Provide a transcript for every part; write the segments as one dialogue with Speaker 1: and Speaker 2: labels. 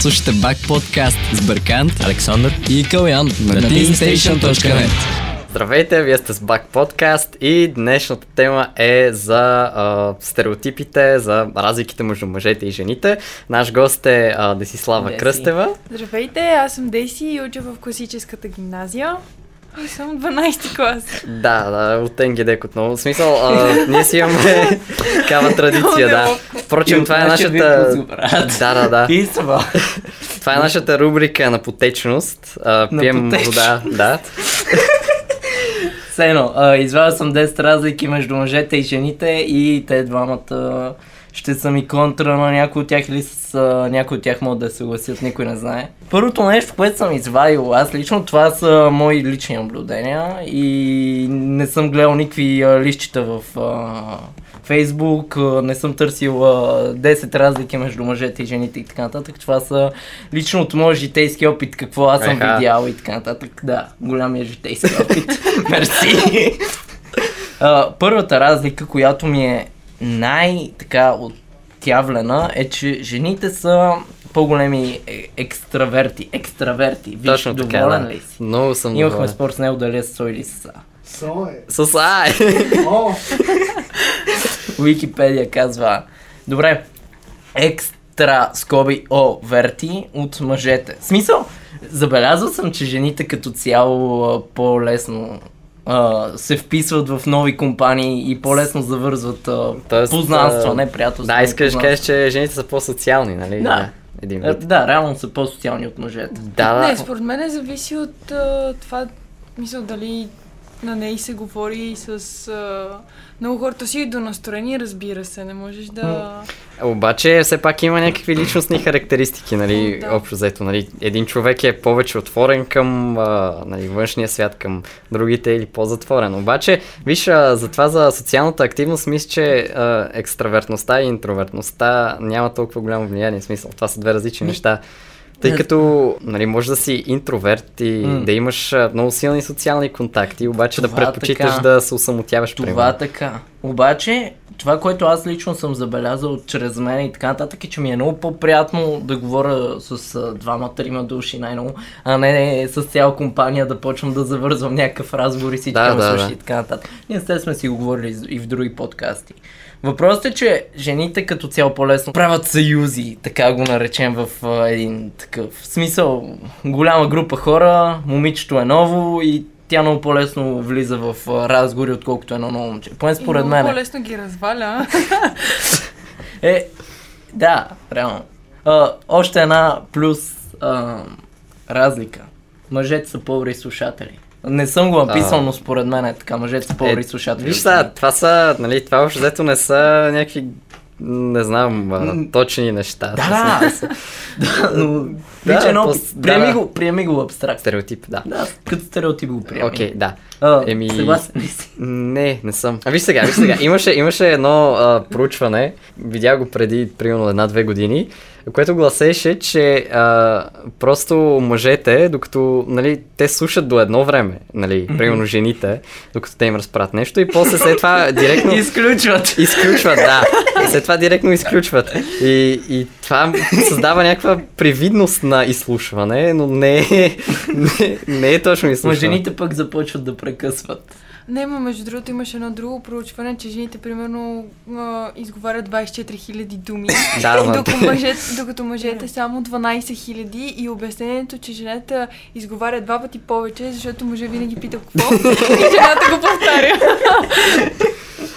Speaker 1: Слушате Бак подкаст с Бъркант
Speaker 2: Александър.
Speaker 1: и Калян на teamstation.net.
Speaker 3: Здравейте, вие сте с Бак Подкаст и днешната тема е за а, стереотипите, за разликите между мъжете и жените. Наш гост е а, Десислава
Speaker 2: Деси.
Speaker 3: Кръстева.
Speaker 4: Здравейте, аз съм Деси и уча в класическата гимназия. Аз съм 12 клас.
Speaker 3: Да, да, от НГД отново. В смисъл, а, ние си имаме такава традиция, да. Впрочем, това е нашата... Да, да, да.
Speaker 2: Ти са,
Speaker 3: Това е нашата рубрика на потечност. А,
Speaker 2: На
Speaker 3: пием
Speaker 2: потечност.
Speaker 3: вода, да.
Speaker 2: Все едно, а, извадил съм 10 разлики между мъжете и жените и те двамата ще са ми контра на някой от тях или с а, някой от тях могат да се съгласят, никой не знае. Първото нещо, което съм извадил аз лично, това са мои лични наблюдения и не съм гледал никакви а, листчета в а, Фейсбук, а, не съм търсил а, 10 разлики между мъжете и жените и така нататък. Това са лично от моят житейски опит, какво аз съм
Speaker 3: Еха.
Speaker 2: видял и така нататък. Да, голямия житейски опит. Мерси. А, първата разлика, която ми е най-така отявлена е, че жените са по-големи е- екстраверти. Екстраверти. Виж,
Speaker 3: Точно така,
Speaker 2: доволен
Speaker 3: да.
Speaker 2: ли си?
Speaker 3: Много съм
Speaker 2: Имахме
Speaker 3: доволен.
Speaker 2: спор с него дали е с О или с А.
Speaker 5: Со е.
Speaker 3: С ай!
Speaker 5: О,
Speaker 2: Википедия казва. Добре. Екстра скоби О верти от мъжете. В Смисъл? Забелязал съм, че жените като цяло а, по-лесно а, се вписват в нови компании и по-лесно завързват а,
Speaker 3: Тоест,
Speaker 2: познанства,
Speaker 3: а,
Speaker 2: не приятелства.
Speaker 3: Да,
Speaker 2: не
Speaker 3: искаш да
Speaker 2: познанства.
Speaker 3: кажеш, че жените са по-социални, нали?
Speaker 2: Да.
Speaker 3: Един
Speaker 2: Е,
Speaker 3: вид.
Speaker 2: Да, реално са по-социални от мъжете.
Speaker 3: Да, да.
Speaker 4: Не, според мен е зависи от а, това, мисъл дали на нея се говори с а, много хората си и до настроение, разбира се, не можеш да...
Speaker 3: Обаче все пак има някакви личностни характеристики, нали,
Speaker 4: Да.
Speaker 3: общо взето, нали, един човек е повече отворен към а, нали, външния свят, към другите или по-затворен. Обаче, виж, а, за това за социалната активност, мисля, че а, екстравертността и интровертността няма толкова голямо влияние, в смисъл, това са две различни неща. Тъй
Speaker 2: Не.
Speaker 3: като, нали, може да си интроверт и
Speaker 2: М.
Speaker 3: да имаш а, много силни социални контакти, обаче да
Speaker 2: Това
Speaker 3: предпочиташ
Speaker 2: така.
Speaker 3: да се осамотяваш.
Speaker 2: Това
Speaker 3: примерно.
Speaker 2: така. Обаче, това, което аз лично съм забелязал чрез мен и така нататък, е, че ми е много по-приятно да говоря с а, двама-трима души най-много, а не с цяла компания да почвам да завързвам някакъв разговор и всички
Speaker 3: Да,
Speaker 2: да, ме
Speaker 3: да,
Speaker 2: слушат
Speaker 3: да.
Speaker 2: и така нататък. Ние сте сме си го говорили из- и в други подкасти. Въпросът е, че жените като цяло по-лесно правят съюзи, така го наречем в а, един такъв в смисъл. Голяма група хора, момичето е ново и тя много по-лесно влиза в а, разговори, отколкото едно ново момче. Поне
Speaker 4: и
Speaker 2: според
Speaker 4: много
Speaker 2: мен.
Speaker 4: по-лесно ги разваля.
Speaker 2: Е, да, реално. А, още една плюс а, разлика. Мъжете са по-добри слушатели. Не съм го написал,
Speaker 3: А.
Speaker 2: но според мен е така. Мъжете са по-добри слушатели.
Speaker 3: Виж сега, това са, нали, това общо взето не са някакви, не знам, а,
Speaker 2: М.
Speaker 3: точни неща.
Speaker 2: Да, да. но...
Speaker 3: Да,
Speaker 2: личен опит.
Speaker 3: пос- да,
Speaker 2: Приеми
Speaker 3: да.
Speaker 2: го, приеми го абстракт.
Speaker 3: Стереотип, да.
Speaker 2: Да, като стереотип го приема.
Speaker 3: Окей, да. Еми-
Speaker 2: Съгласен ли си?
Speaker 3: Не, не съм. А виж сега, виж сега. Имаше, имаше едно а, проучване, видях го преди примерно една-две години, което гласеше, че а, просто мъжете, докато, нали, те слушат до едно време, нали, примерно жените, докато те им разправят нещо и после след това директно...
Speaker 2: Изключват.
Speaker 3: Изключват, да. След това директно изключват. И, и това създава някаква привидност на изслушване, но не е, не, не е точно
Speaker 2: Ма
Speaker 3: изслушване.
Speaker 2: жените пък започват да прекъсват.
Speaker 4: Не, ма между другото имаше едно друго проучване, че жените примерно а, изговарят 24 000 думи,
Speaker 3: Да, ма-
Speaker 4: докато, мъжете, докато мъжете само 12 000 и обяснението, че жената изговаря два пъти повече, защото мъже винаги пита какво и жената го повтаря.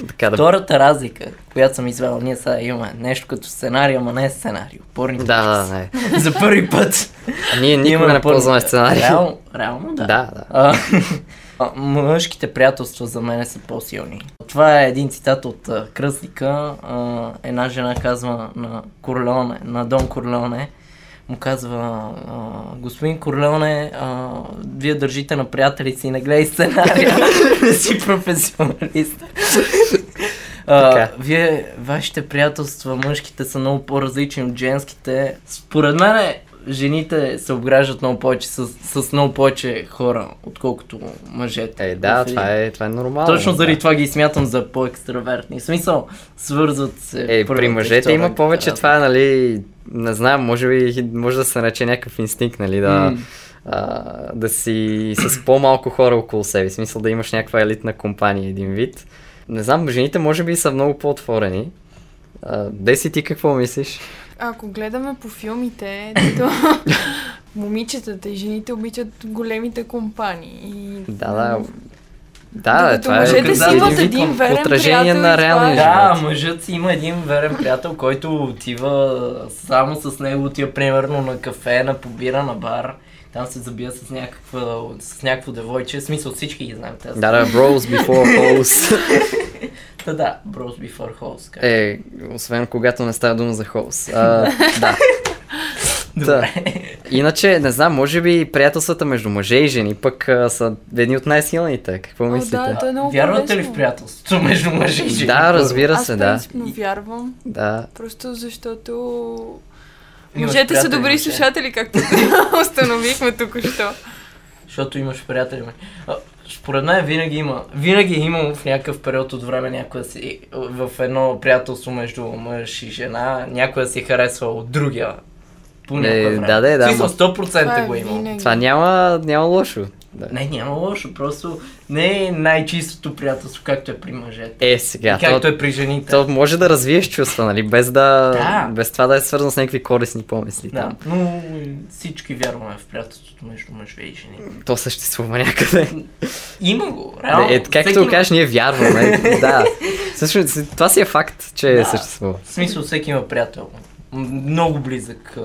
Speaker 3: така да...
Speaker 2: Втората разлика, която съм извел, ние сега имаме нещо като сценарий, ама не е сценарий. Порни
Speaker 3: Да, да, не.
Speaker 2: За първи път.
Speaker 3: Ние никога
Speaker 2: имаме
Speaker 3: не
Speaker 2: порни-
Speaker 3: ползваме сценарий.
Speaker 2: Реално, реално да.
Speaker 3: Да, да.
Speaker 2: А, а, мъжките приятелства за мен са по-силни. Това е един цитат от а, Кръстника. А, една жена казва на Корлеоне, на Дон Корлеоне, му казва, а, господин Корлеоне, а, вие държите на приятели си, не гледай сценария, не си професионалист. А,
Speaker 3: Така.
Speaker 2: вие, вашите приятелства, мъжките са много по-различни от женските. Според мен е, жените се обграждат много повече с, с много повече хора, отколкото мъжете.
Speaker 3: Е, да,
Speaker 2: В един-
Speaker 3: това е, това е нормално.
Speaker 2: Точно заради
Speaker 3: да.
Speaker 2: това ги смятам за по-екстравертни. В смисъл, свързват се.
Speaker 3: Е,
Speaker 2: първата
Speaker 3: при
Speaker 2: и
Speaker 3: мъжете има
Speaker 2: втората
Speaker 3: повече
Speaker 2: разлика.
Speaker 3: това, нали, не знам, може би може да се нарече някакъв инстинкт, нали, да,
Speaker 2: М.
Speaker 3: а, да си с по-малко хора около себе, в смисъл да имаш някаква елитна компания, един вид. Не знам, жените може би са много по-отворени. А, Деси, ти какво мислиш?
Speaker 4: Ако гледаме по филмите, то момичетата и жените обичат големите компании. И...
Speaker 3: Да, да. Да,
Speaker 4: Докато
Speaker 3: това е
Speaker 4: мъжете
Speaker 2: си имат
Speaker 3: вид
Speaker 4: един верен
Speaker 3: отражение
Speaker 4: приятел
Speaker 3: на
Speaker 4: и това
Speaker 3: реалния
Speaker 4: е.
Speaker 2: Да,
Speaker 3: живот.
Speaker 2: мъжът си има един верен приятел, който отива само с него, отива примерно на кафе, на побира, на бар. Там се забия с, някаква, с някакво девойче. В смисъл всички ги знаем тази.
Speaker 3: Да, да, bros before hoes.
Speaker 2: Та да, Bros Before Hoes. Как...
Speaker 3: Е, освен когато не става дума за hoes. А, да.
Speaker 2: Добре.
Speaker 3: Иначе, не знам, може би приятелствата между мъже и жени пък а, са едни от най-силните. Какво
Speaker 4: О,
Speaker 3: мислите?
Speaker 4: да, то е много
Speaker 2: Вярвате ли
Speaker 4: полезно.
Speaker 2: в приятелството между мъже и жени?
Speaker 3: да, разбира
Speaker 4: Аз
Speaker 3: се, да.
Speaker 4: принципно вярвам,
Speaker 3: Да.
Speaker 4: просто защото
Speaker 2: Имаш
Speaker 4: мъжете са
Speaker 2: приятели
Speaker 4: добри
Speaker 2: мъже.
Speaker 4: слушатели, както установихме току-що.
Speaker 2: Защото имаш приятели. ме. А, Според мен винаги има. Винаги е имало в някакъв период от време някоя си в едно приятелство между мъж и жена, някоя си харесва от другия. По
Speaker 3: Е,
Speaker 2: някое време.
Speaker 3: да, да, да,
Speaker 2: В смисъл,
Speaker 3: ма-
Speaker 2: 100% го
Speaker 4: Това е
Speaker 2: е имало.
Speaker 4: винаги.
Speaker 3: Това няма, няма лошо. Да.
Speaker 2: Не, няма лошо, просто не е най-чистото приятелство, както е при мъжете.
Speaker 3: Е, сега.
Speaker 2: и както
Speaker 3: то,
Speaker 2: е при жените.
Speaker 3: то може да развиеш чувства, нали? Без, да,
Speaker 2: Да.
Speaker 3: без това да е свързано с някакви корисни помисли.
Speaker 2: Да,
Speaker 3: там.
Speaker 2: но всички вярваме в приятелството между мъже и жени.
Speaker 3: То съществува някъде.
Speaker 2: Има го, реално.
Speaker 3: Е,
Speaker 2: всеки
Speaker 3: както
Speaker 2: има-
Speaker 3: го кажеш, ние вярваме. да. Всъщност, това си е факт, че
Speaker 2: Да.
Speaker 3: съществува.
Speaker 2: В смисъл, всеки има приятел. М- Много близък а,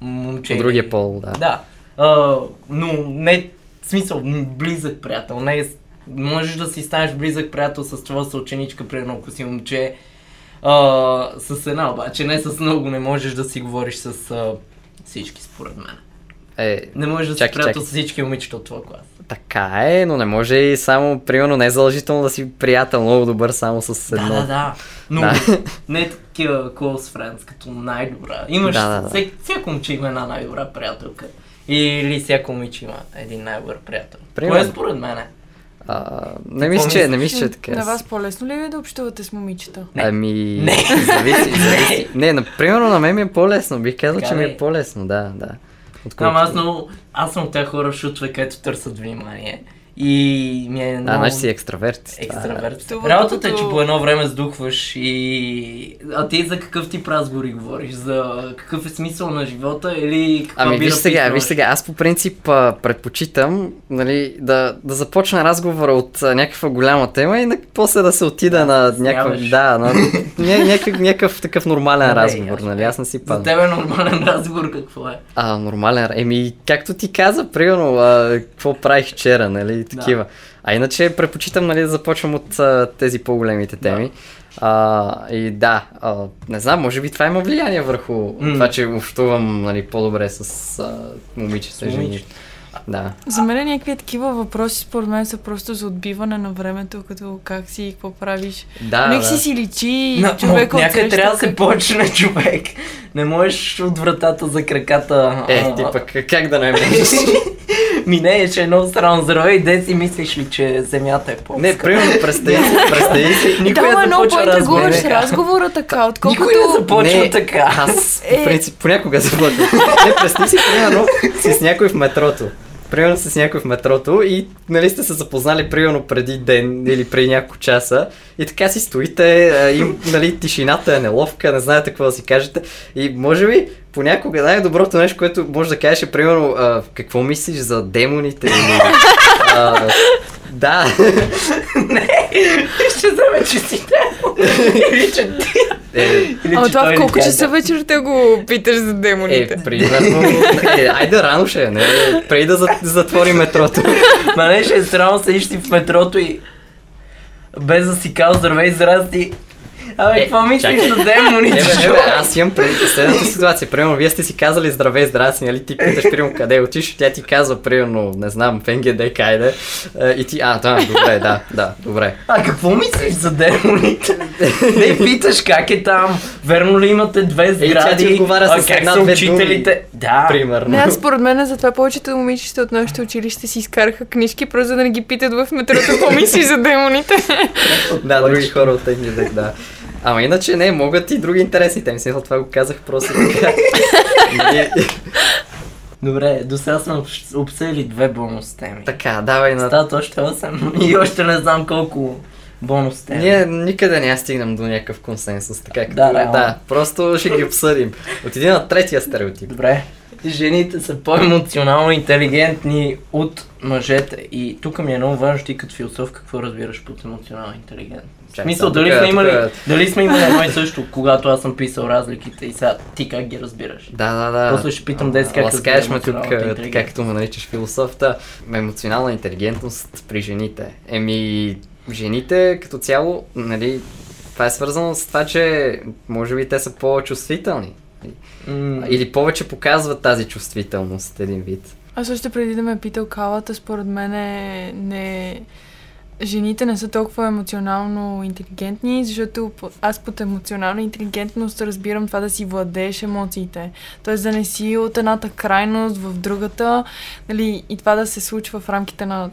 Speaker 2: момче.
Speaker 3: От другия пол, да.
Speaker 2: Да. А, но не, в смисъл, м, близък приятел. Не е, с- можеш да си станеш близък приятел с това съученичка, примерно, ако си момче. А, с една обаче, не с много, не можеш да си говориш с а, всички, според мен.
Speaker 3: Е,
Speaker 2: Не можеш да си
Speaker 3: Чакай,
Speaker 2: приятел
Speaker 3: чакай.
Speaker 2: с всички момичета от твоя клас.
Speaker 3: така е, но не може и само, примерно, не е задължително да си приятел много добър само с едно.
Speaker 2: Да, да, да. Но
Speaker 3: Да.
Speaker 2: не такива close friends, като най-добра. Имаш
Speaker 3: Да, да, да.
Speaker 2: всек- всяко момче има една най-добра приятелка. Или всяко момиче има един най-добър приятел.
Speaker 3: Примерно.
Speaker 2: Кое според мен е?
Speaker 3: А, не мисля, че, не мисля, че е така.
Speaker 4: Ами, На вас по-лесно ли е да общувате с момичета?
Speaker 2: Не.
Speaker 3: Ами,
Speaker 2: Не.
Speaker 3: зависи, зависи. Не, например, на мен ми е по-лесно. Бих казал,
Speaker 2: Така
Speaker 3: че ми
Speaker 2: ли?
Speaker 3: е по-лесно, да, да.
Speaker 2: Ама аз
Speaker 3: Отколкото-
Speaker 2: много... Аз съм от тези хора в шутове, където търсят внимание. И ми е
Speaker 3: А,
Speaker 2: много...
Speaker 3: значи си екстраверт. това е.
Speaker 2: екстраверт.
Speaker 4: Това е-
Speaker 2: Работата е, че
Speaker 4: докато-
Speaker 2: по едно време сдухваш и... А ти за какъв тип разговори говориш? За какъв е смисъл на живота или каква
Speaker 3: Ами
Speaker 2: бира
Speaker 3: виж сега,
Speaker 2: писнеш?
Speaker 3: виж сега, аз по принцип а, предпочитам нали, да, да започна разговора от а, някаква голяма тема и на, после да се отида на някаква,
Speaker 2: сняваш.
Speaker 3: да, на ня, някакъв, някакъв такъв нормален
Speaker 2: Добре,
Speaker 3: разговор,
Speaker 2: ясно.
Speaker 3: нали, аз не си
Speaker 2: За
Speaker 3: пада.
Speaker 2: тебе нормален разговор какво е?
Speaker 3: А, нормален, еми, както ти каза, примерно, а, какво правих вчера, нали, такива. А иначе предпочитам, нали, да започвам от а, тези по-големите теми. А, и да, а, не знам, може би това има влияние върху
Speaker 2: М.
Speaker 3: това, че общувам, нали, по-добре с а, момичета,
Speaker 2: С
Speaker 3: жени.
Speaker 2: момичета.
Speaker 3: Да.
Speaker 4: За мен някакви такива въпроси, според мен, са просто за отбиване на времето, като как си и какво правиш.
Speaker 3: Да,
Speaker 4: Нека
Speaker 3: да.
Speaker 4: си си личи
Speaker 2: На-
Speaker 4: човека
Speaker 2: от някъде
Speaker 4: отсреща
Speaker 2: трябва да се
Speaker 4: какво-
Speaker 2: почне човек. Не можеш от вратата за краката.
Speaker 3: Е,
Speaker 2: а,
Speaker 3: ти пък как да не е? можеш?
Speaker 2: Минееш едно странно здраве и де си мислиш ли, че земята е по
Speaker 3: не, примерно, представи си, представи си.
Speaker 2: Никой
Speaker 4: Да, ма,
Speaker 2: не
Speaker 4: много
Speaker 2: започва разговор.
Speaker 4: по-интригуваш разговора така, отколкото...
Speaker 2: Никой не започва
Speaker 3: Не,
Speaker 2: така.
Speaker 3: Аз, по принцип, понякога започвам. Не, представи си, примерно, си с някой в метрото. Примерно си с някой в метрото и нали сте се запознали примерно преди ден или преди няколко часа и така си стоите, а, им, нали, тишината е неловка, не знаете какво да си кажете и може би понякога най-доброто нещо, което може да кажеш е примерно а, какво мислиш за демоните или... А, да,
Speaker 2: Ще вземе, че си трябва. Или че ти.
Speaker 3: е,
Speaker 2: Или,
Speaker 4: А
Speaker 2: че
Speaker 4: това
Speaker 2: той
Speaker 4: в
Speaker 2: ни
Speaker 4: колко
Speaker 2: каза.
Speaker 4: часа вечерта го питаш за демоните?
Speaker 3: Е, примерно... Е, айде, рано ще е, не? Преди да за- затвори метрото.
Speaker 2: Ма не, ще е странно, седиш ти в метрото и... Без да си казал здравей, здрасти. Абе,
Speaker 3: Е,
Speaker 2: какво мислиш
Speaker 3: чакай.
Speaker 2: за демоните?
Speaker 3: Ебе,
Speaker 2: човек?
Speaker 3: ебе, аз имам пред следната ситуация. Примерно, вие сте си казали здравей, здрасти, нали? Ти питаш, примерно, къде отиш, тя ти казва, примерно, не знам, в НГД, кайде. Е, И ти, а, да, добре, да, да, добре.
Speaker 2: А какво мислиш за демоните? Не питаш как е там, верно ли имате две
Speaker 3: Е, ти
Speaker 2: сгради,
Speaker 3: отговаря
Speaker 2: а
Speaker 3: с
Speaker 2: как
Speaker 3: една,
Speaker 2: са
Speaker 3: две
Speaker 2: учителите? Да,
Speaker 4: Не,
Speaker 3: Примерно.
Speaker 4: аз според мен затова повечето момичета от нашето училище си изкараха книжки, просто за да не ги питат в метрото какво мислиш за демоните.
Speaker 3: Да, други хора от НГД, да. Ама иначе не, могат и други интересни теми. Смисъл, това го казах просто така. Нали?
Speaker 2: Добре, до сега сме обс- обсъдили две бонус теми.
Speaker 3: така, давай на...
Speaker 2: Остават още 8 и още не знам колко бонус теми.
Speaker 3: Ние никъде не я стигнем до някакъв консенсус, така като... е.
Speaker 2: Да, реално.
Speaker 3: да, просто ще ги обсъдим. От един на третия стереотип.
Speaker 2: Добре. Жените са по-емоционално интелигентни от мъжете. И тук ми е много важно ти като философ какво разбираш под емоционална интелигентност. В
Speaker 3: Чакай,
Speaker 2: смисъл,
Speaker 3: сега,
Speaker 2: дали
Speaker 3: тук- е
Speaker 2: сме, имали,
Speaker 3: тук-
Speaker 2: дали сме имали едно и също, когато аз съм писал разликите и сега ти как ги разбираш?
Speaker 3: Да, да, да.
Speaker 2: Просто ще питам днес как
Speaker 3: Ласкаеш ме тук,
Speaker 2: разбира
Speaker 3: а,
Speaker 2: емоционалната
Speaker 3: така като ме наричаш философта. Емоционална интелигентност при жените. Еми, жените като цяло, нали, това е свързано с това, че може би те са по-чувствителни.
Speaker 2: М,
Speaker 3: Или повече показват тази чувствителност, един вид.
Speaker 4: Аз още преди да ме е питал калата, според мен е, не... жените не са толкова емоционално интелигентни, защото по- аз под емоционална интелигентност разбирам това да си владееш емоциите. Тоест да не си от едната крайност в другата нали, и това да се случва в рамките на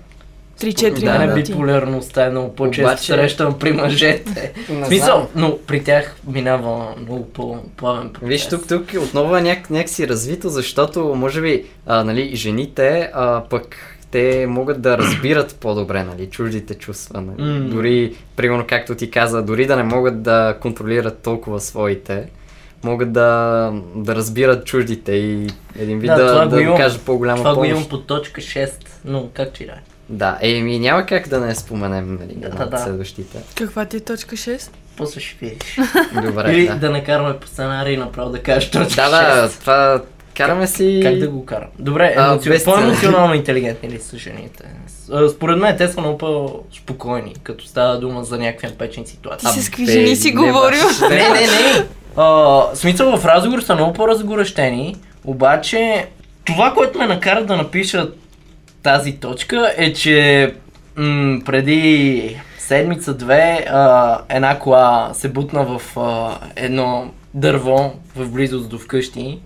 Speaker 4: 3-4
Speaker 3: Да,
Speaker 2: да, не
Speaker 4: минути.
Speaker 2: биполярността е много по-често
Speaker 3: Обаче-
Speaker 2: срещам при мъжете.
Speaker 3: Не
Speaker 2: В смисъл,
Speaker 3: знам.
Speaker 2: но при тях минава много по-плавен процес.
Speaker 3: Виж, тук, тук отново е няк, някакси развито, защото може би а, нали, жените а, пък те могат да разбират по-добре нали, чуждите чувства. Нали.
Speaker 2: М.
Speaker 3: Дори, примерно, както ти каза, дори да не могат да контролират толкова своите, могат да, да разбират чуждите и един вид
Speaker 2: Да,
Speaker 3: да,
Speaker 2: това
Speaker 3: да,
Speaker 2: го
Speaker 3: да им
Speaker 2: имам.
Speaker 3: кажат по-голяма
Speaker 2: Това го
Speaker 3: помощ.
Speaker 2: имам по точка 6, но как ти да е?
Speaker 3: Да, еми няма как да не споменем нали,
Speaker 2: Да,
Speaker 3: една от
Speaker 2: да.
Speaker 3: следващите.
Speaker 4: Каква ти е точка 6?
Speaker 2: После ще видиш.
Speaker 3: Добре,
Speaker 2: Или
Speaker 3: да.
Speaker 2: да. не караме по сценарий, направо да кажеш точно
Speaker 3: Да, да, това караме си...
Speaker 2: Как да го карам? Добре,
Speaker 3: А,
Speaker 2: емоци...
Speaker 3: без
Speaker 2: по-емоционално интелигентни ли са жените? С- а, Според мен те са много по-спокойни, като става дума за някакви напечени ситуации.
Speaker 4: Ти
Speaker 3: А,
Speaker 4: с какви
Speaker 3: бе,
Speaker 4: жени си
Speaker 3: не,
Speaker 4: говорил?
Speaker 3: баш,
Speaker 2: Не,
Speaker 4: Е,
Speaker 2: не, не. А, в смисъл в разговор са много по-разгорещени, обаче това, което ме накара да напиша тази точка е, че м- преди седмица-две а, една кола се бутна в а, едно дърво в близост до вкъщи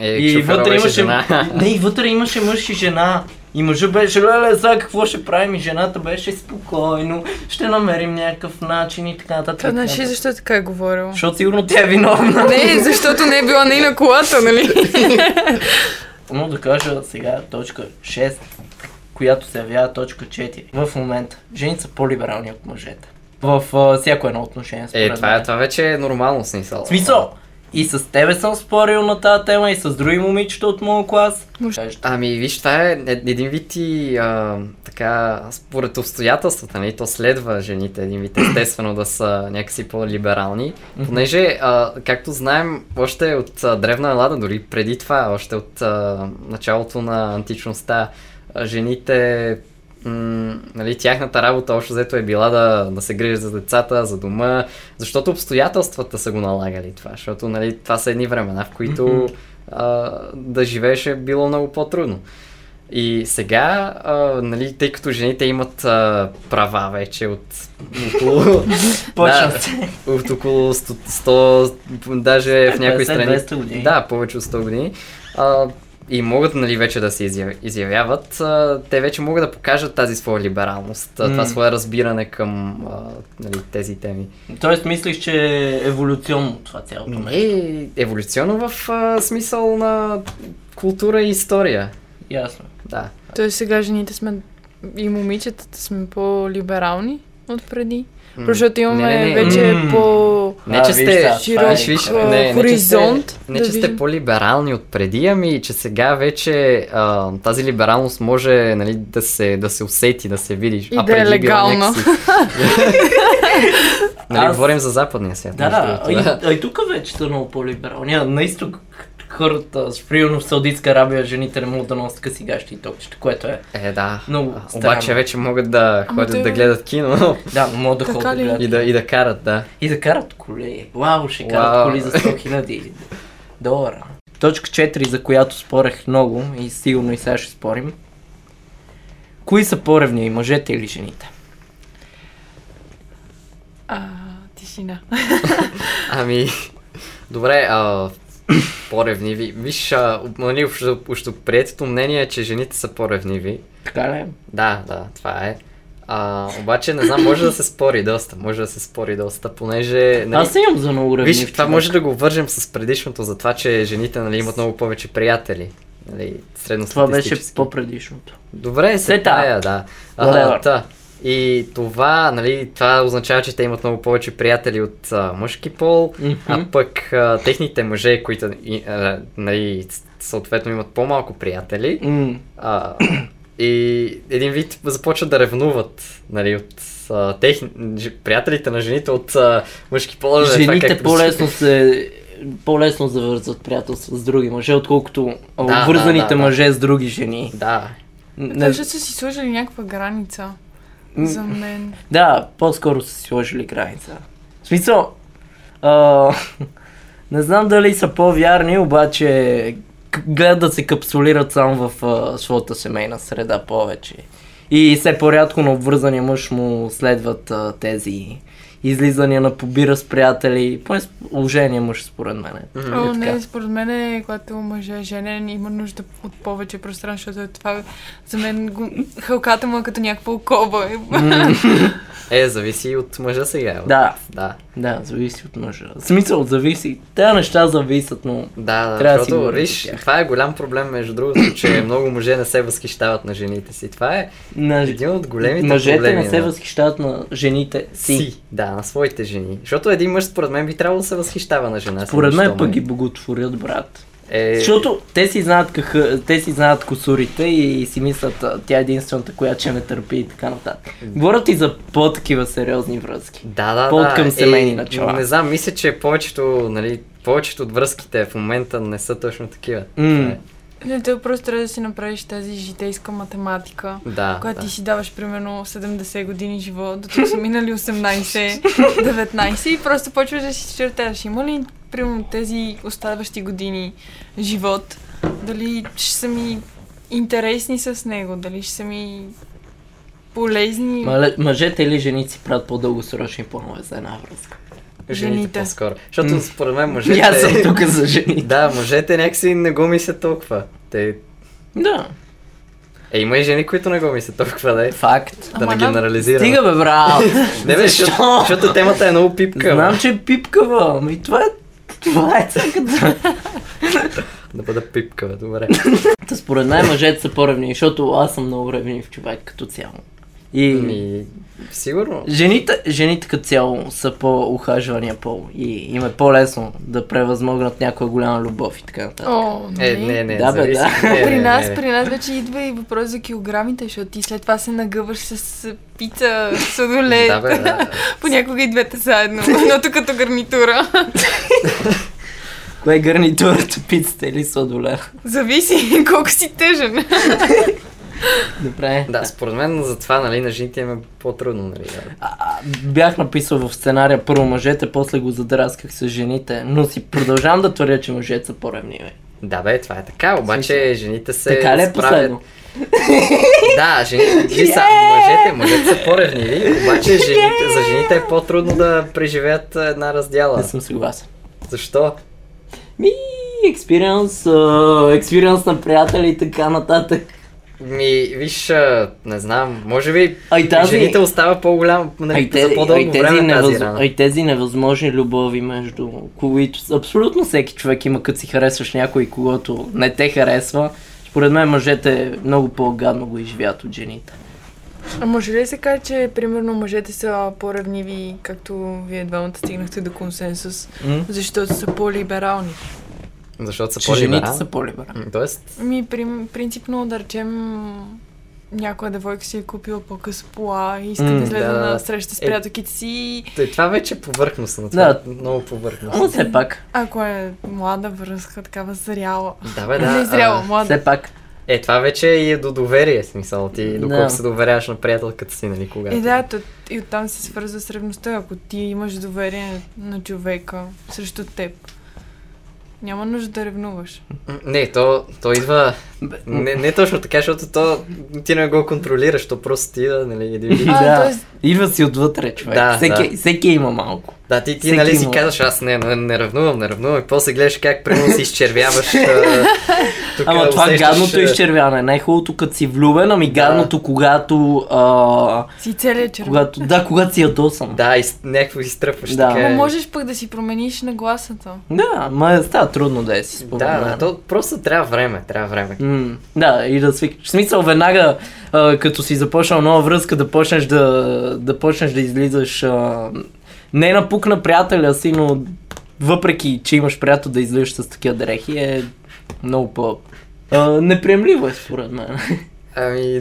Speaker 3: Е,
Speaker 2: и
Speaker 3: шофьора
Speaker 2: вътре
Speaker 3: беше
Speaker 2: имаше...
Speaker 3: жена.
Speaker 2: Не, и вътре имаше мъж и жена. И мъжът беше, леле, сега какво ще правим? И жената беше спокойно, ще намерим някакъв начин и така нататък.
Speaker 4: Това
Speaker 2: така
Speaker 4: значи
Speaker 2: нататък.
Speaker 4: защо така е говорил?
Speaker 2: Защото сигурно тя е виновна.
Speaker 4: Не, защото не е била не на колата, нали?
Speaker 2: Но да кажа сега точка 6, която се явява точка 4. В момента жените са по-либерални от мъжете. В а, всяко едно отношение. според
Speaker 3: Е, това,
Speaker 2: мен.
Speaker 3: е, това вече е нормално смисъл.
Speaker 2: В смисъл, и с тебе съм спорил на тази тема, и с други момичета от моя клас.
Speaker 4: Може-
Speaker 2: Кажеш,
Speaker 3: Ами, виж, това е ед- един вид и а, така, според обстоятелствата, нали, то следва жените един вид естествено да са някакси по-либерални, понеже, а, както знаем, още от а, древна Елада, дори преди това, още от а, началото на античността, а, жените, м, нали, тяхната работа общо взето е била да, да се грижат за децата, за дома, защото обстоятелствата са го налагали това, защото нали, това са едни времена, в които а, да живееш е било много по-трудно. И сега, а, нали, тъй като жените имат а, права вече от около...
Speaker 2: Почна
Speaker 3: Да,
Speaker 2: се.
Speaker 3: от около 100, 100 даже в някои
Speaker 2: 50-200
Speaker 3: страни.
Speaker 2: години.
Speaker 3: Да, повече от 100 години. А, и могат нали, вече да се изяв- изявяват. А, те вече могат да покажат тази своя либералност, а, това
Speaker 2: М.
Speaker 3: свое разбиране към а, нали, тези теми.
Speaker 2: Тоест мислиш, че е еволюционно това цялото нещо.
Speaker 3: Не, еволюционно в а, смисъл на култура и история.
Speaker 2: Ясно.
Speaker 3: Да.
Speaker 4: Тоест сега жените сме и момичетата сме по-либерални от преди.
Speaker 3: М,
Speaker 4: Защото имаме
Speaker 3: не, не, не.
Speaker 4: вече
Speaker 2: М.
Speaker 4: по...
Speaker 3: Не, че
Speaker 2: А, виж,
Speaker 3: сте
Speaker 2: да, това
Speaker 4: широк,
Speaker 3: виж, виж,
Speaker 4: а,
Speaker 3: не, не, че сте-
Speaker 4: хоризонт
Speaker 3: Не,
Speaker 4: да
Speaker 3: че сте
Speaker 4: видим.
Speaker 3: по-либерални от преди, ами че сега вече а, тази либералност може нали, да, се, да се усети, да се види.
Speaker 4: И
Speaker 3: а
Speaker 4: да е
Speaker 3: преди било
Speaker 4: легално.
Speaker 3: някакси. нали,
Speaker 2: Аз-
Speaker 3: говорим за западния свят.
Speaker 2: Да,
Speaker 3: между
Speaker 2: да.
Speaker 3: другото.
Speaker 2: А, и, а и тук вече са много по-либерални. А, На изток хората, с- примерно в Саудитска Арабия, жените не могат да носят къси гащи и токчета, което е.
Speaker 3: Е, да.
Speaker 2: Много
Speaker 3: А,
Speaker 2: странно.
Speaker 3: Обаче вече могат да
Speaker 4: Ама
Speaker 3: ходят
Speaker 4: Ами
Speaker 3: да
Speaker 4: той-
Speaker 3: гледат кино
Speaker 2: Да, но могат да
Speaker 4: Така
Speaker 2: ходят
Speaker 4: ли?
Speaker 2: да гледат.
Speaker 3: и да, и да карат, да.
Speaker 2: И да карат коли. Вау, ще карат
Speaker 3: Вау.
Speaker 2: коли за 100 хиляди долара. Точка 4, за която спорех много и сигурно и сега ще спорим. Кои са по-ревни, мъжете или жените?
Speaker 4: А, тишина.
Speaker 3: Ами, добре, а, по-ревниви. Виж, а, нали, общо, общо приетото мнение е, че жените са по-ревниви.
Speaker 2: Така ли?
Speaker 3: Да, да, това е. А, обаче, не знам, може да се спори доста, може да се спори доста, понеже... нали,
Speaker 2: Аз имам за много равнив
Speaker 3: Виж, това
Speaker 2: човек.
Speaker 3: може да го вържем с предишното за това, че жените нали, имат много повече приятели. Нали,
Speaker 2: Това беше
Speaker 3: средностатистически.
Speaker 2: по-предишното.
Speaker 3: Добре, се
Speaker 2: Сета.
Speaker 3: тая, да. А,
Speaker 2: Whatever.
Speaker 3: та. И това, нали, това означава, че те имат много повече приятели от а, мъжки пол, а
Speaker 2: Мгм.
Speaker 3: пък а, техните мъже, които и, а, нали, с- съответно имат по-малко приятели,
Speaker 2: М,
Speaker 3: а, и един вид започват да ревнуват, нали, от а, тех... ж- приятелите на жените от а, мъжки
Speaker 2: е
Speaker 3: пол. нали, това
Speaker 2: Жените
Speaker 3: както-
Speaker 2: по-лесно се по-лесно завързват приятелство с други мъже, отколкото а,
Speaker 3: Да,
Speaker 2: обвързаните
Speaker 3: да, да, да.
Speaker 2: мъже с други жени.
Speaker 3: Да,
Speaker 4: Не.
Speaker 2: Не,
Speaker 4: Даже са Е, си сложили някаква граница. За мен.
Speaker 2: да, по-скоро са си сложили граница. В смисъл, а, не знам дали са по-вярни, обаче к- гледат да се капсулират само в а, своята семейна среда повече. И все по-рядко на обвързания мъж му следват а, тези излизания на побира с приятели. Поне с уважение мъж според мен. е.
Speaker 3: Мгм.
Speaker 4: О,
Speaker 2: Е така.
Speaker 4: не, според мен, е, когато мъжа е женен, има нужда от повече пространство, защото е това за мен го, хълката му е като някаква окоба.
Speaker 3: е, зависи и от мъжа сега. от-
Speaker 2: Да.
Speaker 3: Да.
Speaker 2: Да, зависи от мъжа. В смисъл, зависи. Те неща зависят, но...
Speaker 3: Да, да,
Speaker 2: Трябва да си
Speaker 3: защото,
Speaker 2: говорим
Speaker 3: виж,
Speaker 2: за тях.
Speaker 3: това е голям проблем, между другото, че много мъже не се възхищават на жените си. Това е
Speaker 2: На...
Speaker 3: един от големите
Speaker 2: Мъжете
Speaker 3: проблеми.
Speaker 2: не се
Speaker 3: на-
Speaker 2: възхищават на жените си.
Speaker 3: Си, да, на своите жени. Защото един мъж, според мен, би трябвало да се възхищава на жена. си,
Speaker 2: Поред
Speaker 3: защо,
Speaker 2: мен пък
Speaker 3: ме?
Speaker 2: ги боготворят, брат.
Speaker 3: Е,
Speaker 2: Защото те си знаят какъв, те си знаят косурите и си мислят, а, тя е единствената, която ще ме търпи и така нататък. Говорят и за по-такива сериозни връзки.
Speaker 3: Да, да,
Speaker 2: Пол
Speaker 3: да. Е,
Speaker 2: към семейни начала.
Speaker 3: Не знам, мисля, че повечето, нали, повечето от връзките в момента не са точно такива. е.
Speaker 2: М.
Speaker 4: Не, те просто трябва да си направиш тази житейска математика.
Speaker 3: Да,
Speaker 4: Когато
Speaker 3: да.
Speaker 4: ти си даваш примерно 70 години живот, до тук са минали 18, 19 и просто почваш да си черташ. Има ли примерно тези оставащи години живот? Дали ще са ми интересни с него? Дали ще са ми полезни?
Speaker 2: Мале- Мъжете или жените си правят по-дългосрочни планове за една връзка.
Speaker 3: Жените,
Speaker 4: жените.
Speaker 3: по-скоро. Защото
Speaker 2: М.
Speaker 3: според мен
Speaker 2: И
Speaker 3: мъжете...
Speaker 2: аз съм тук за жените.
Speaker 3: Да, мъжете някакси не го мислят толкова. Те...
Speaker 2: Да.
Speaker 3: Е, има и жени, които не го мислят толкова, да е.
Speaker 2: Факт.
Speaker 3: Да
Speaker 4: Ама
Speaker 3: не
Speaker 4: нам-
Speaker 3: генерализирам.
Speaker 2: Стига бе, брат!
Speaker 3: Не бе,
Speaker 2: Защо?
Speaker 3: защото, защото темата е много пипка.
Speaker 2: Знам, че е пипкава, ами това е... Това е цъката.
Speaker 3: Да бъда пипкава, добре.
Speaker 2: Та според мен мъжете са по-ревни, защото аз съм много ревнив човек като цяло. И
Speaker 3: Ми, сигурно.
Speaker 2: жените, жените като цяло са по-ухажвания пол и им е по-лесно да превъзмогнат някоя голяма любов и така нататък.
Speaker 4: О, нали?
Speaker 3: Е, не, не,
Speaker 2: Да, бе,
Speaker 3: зависи.
Speaker 2: да.
Speaker 3: Не, не,
Speaker 4: При
Speaker 3: не,
Speaker 4: нас,
Speaker 3: не.
Speaker 4: при нас вече идва и въпрос за килограмите, защото ти след това се нагъваш с пица, судолет,
Speaker 3: Да, бе, да.
Speaker 4: понякога и двете заедно, едното като гарнитура.
Speaker 2: Кое е гарнитурата, пицата или сладоля?
Speaker 4: Зависи колко си тъжен.
Speaker 2: Добре.
Speaker 3: Да, според мен за това, нали, на жените им е по-трудно, нали. Да.
Speaker 2: А, а, бях написал в сценария първо мъжете, после го задрасках с жените, но си продължавам да твърдя, че мъжете са по-ревниви.
Speaker 3: Да, бе, това е така, обаче жените се
Speaker 2: Така ли е
Speaker 3: справят...
Speaker 2: последно? Е!
Speaker 3: Да, жените, yeah! са, мъжете, мъжете са по-ревниви, обаче жените, за жените е по-трудно да преживеят а, една раздяла.
Speaker 2: Не съм съгласен.
Speaker 3: Защо?
Speaker 2: Ми, експириенс, а, експириенс на приятели и така нататък.
Speaker 3: Ми, виж, а, не знам, може би
Speaker 2: А и тази-
Speaker 3: жените остава по-голям,
Speaker 2: А
Speaker 3: нали,
Speaker 2: и, тези,
Speaker 3: за
Speaker 2: а, и
Speaker 3: по-дълго
Speaker 2: тези,
Speaker 3: време тази
Speaker 2: невъз...
Speaker 3: рана.
Speaker 2: а и тези невъзможни любови между които с- абсолютно всеки човек има, като си харесваш някой, когато не те харесва. Според мен мъжете много по-гадно го изживяват от жените.
Speaker 4: А може ли да се каже, че примерно мъжете са по-ревниви, както вие двамата стигнахте до консенсус,
Speaker 2: М?
Speaker 4: защото са по-либерални?
Speaker 3: Защото са
Speaker 2: Че жените
Speaker 3: по-либерални.
Speaker 2: са по-либерални.
Speaker 3: М, Тоест,
Speaker 4: Ми, прим, принципно, да речем, някоя девойка си е купила по-къс кола и иска
Speaker 2: М,
Speaker 4: да излезе
Speaker 3: да, да, да.
Speaker 4: на среща с
Speaker 3: Е.
Speaker 4: приятелките си.
Speaker 3: тъй, това вече е повърхностно, това
Speaker 2: Да.
Speaker 3: е много повърхностно.
Speaker 2: Но все пак,
Speaker 4: Ако е млада връзка, такава зряла.
Speaker 3: Да, бе, да.
Speaker 4: не зряла,
Speaker 3: а,
Speaker 4: млада.
Speaker 2: все пак.
Speaker 3: Е, това вече и е до доверие, смисъл. Ти доколко
Speaker 2: Да.
Speaker 3: се доверяваш на приятелката си, нали, когато.
Speaker 4: И Е, да, то, и оттам се свързва с ревността. Ако ти имаш доверие на човека срещу теб, няма нужда да ревнуваш.
Speaker 3: М, Не, то, то идва... Не, не точно така, защото то ти не го контролираш, то просто ти да, нали, един вид.
Speaker 4: А,
Speaker 2: да.
Speaker 4: тоест-
Speaker 2: Идва си отвътре, човек.
Speaker 3: Да,
Speaker 2: всеки, всеки има малко.
Speaker 3: Да, ти, ти
Speaker 2: Всеки е.
Speaker 3: нали си
Speaker 2: има.
Speaker 3: казваш, аз не, не, не равнувам, не равнувам. И после гледаш как примерно си изчервяваш. а, тук
Speaker 2: Ама това
Speaker 3: усещаш,
Speaker 2: гадното
Speaker 3: а,
Speaker 2: изчервяване. Най-хубавото като си влюбен, ами гадното, когато... А,
Speaker 4: Си целият червен.
Speaker 2: когато, да, когато си ядосан.
Speaker 3: Да, из, някакво изтръпваш
Speaker 2: Да.
Speaker 3: така. е.
Speaker 4: Ама Е, можеш пък да си промениш нагласата.
Speaker 2: Да, ма става трудно да е си
Speaker 3: Да,
Speaker 2: спомена.
Speaker 3: да, то просто трябва време, трябва време.
Speaker 2: М, да, и да свикнеш. В смисъл, веднага, а, като си започнал нова връзка, да почнеш да, да, почнеш да излизаш а, не на пук на приятеля си, но въпреки, че имаш приятел да излизаш с такива дрехи, е много по... А, неприемливо е, според мен.
Speaker 3: Ами,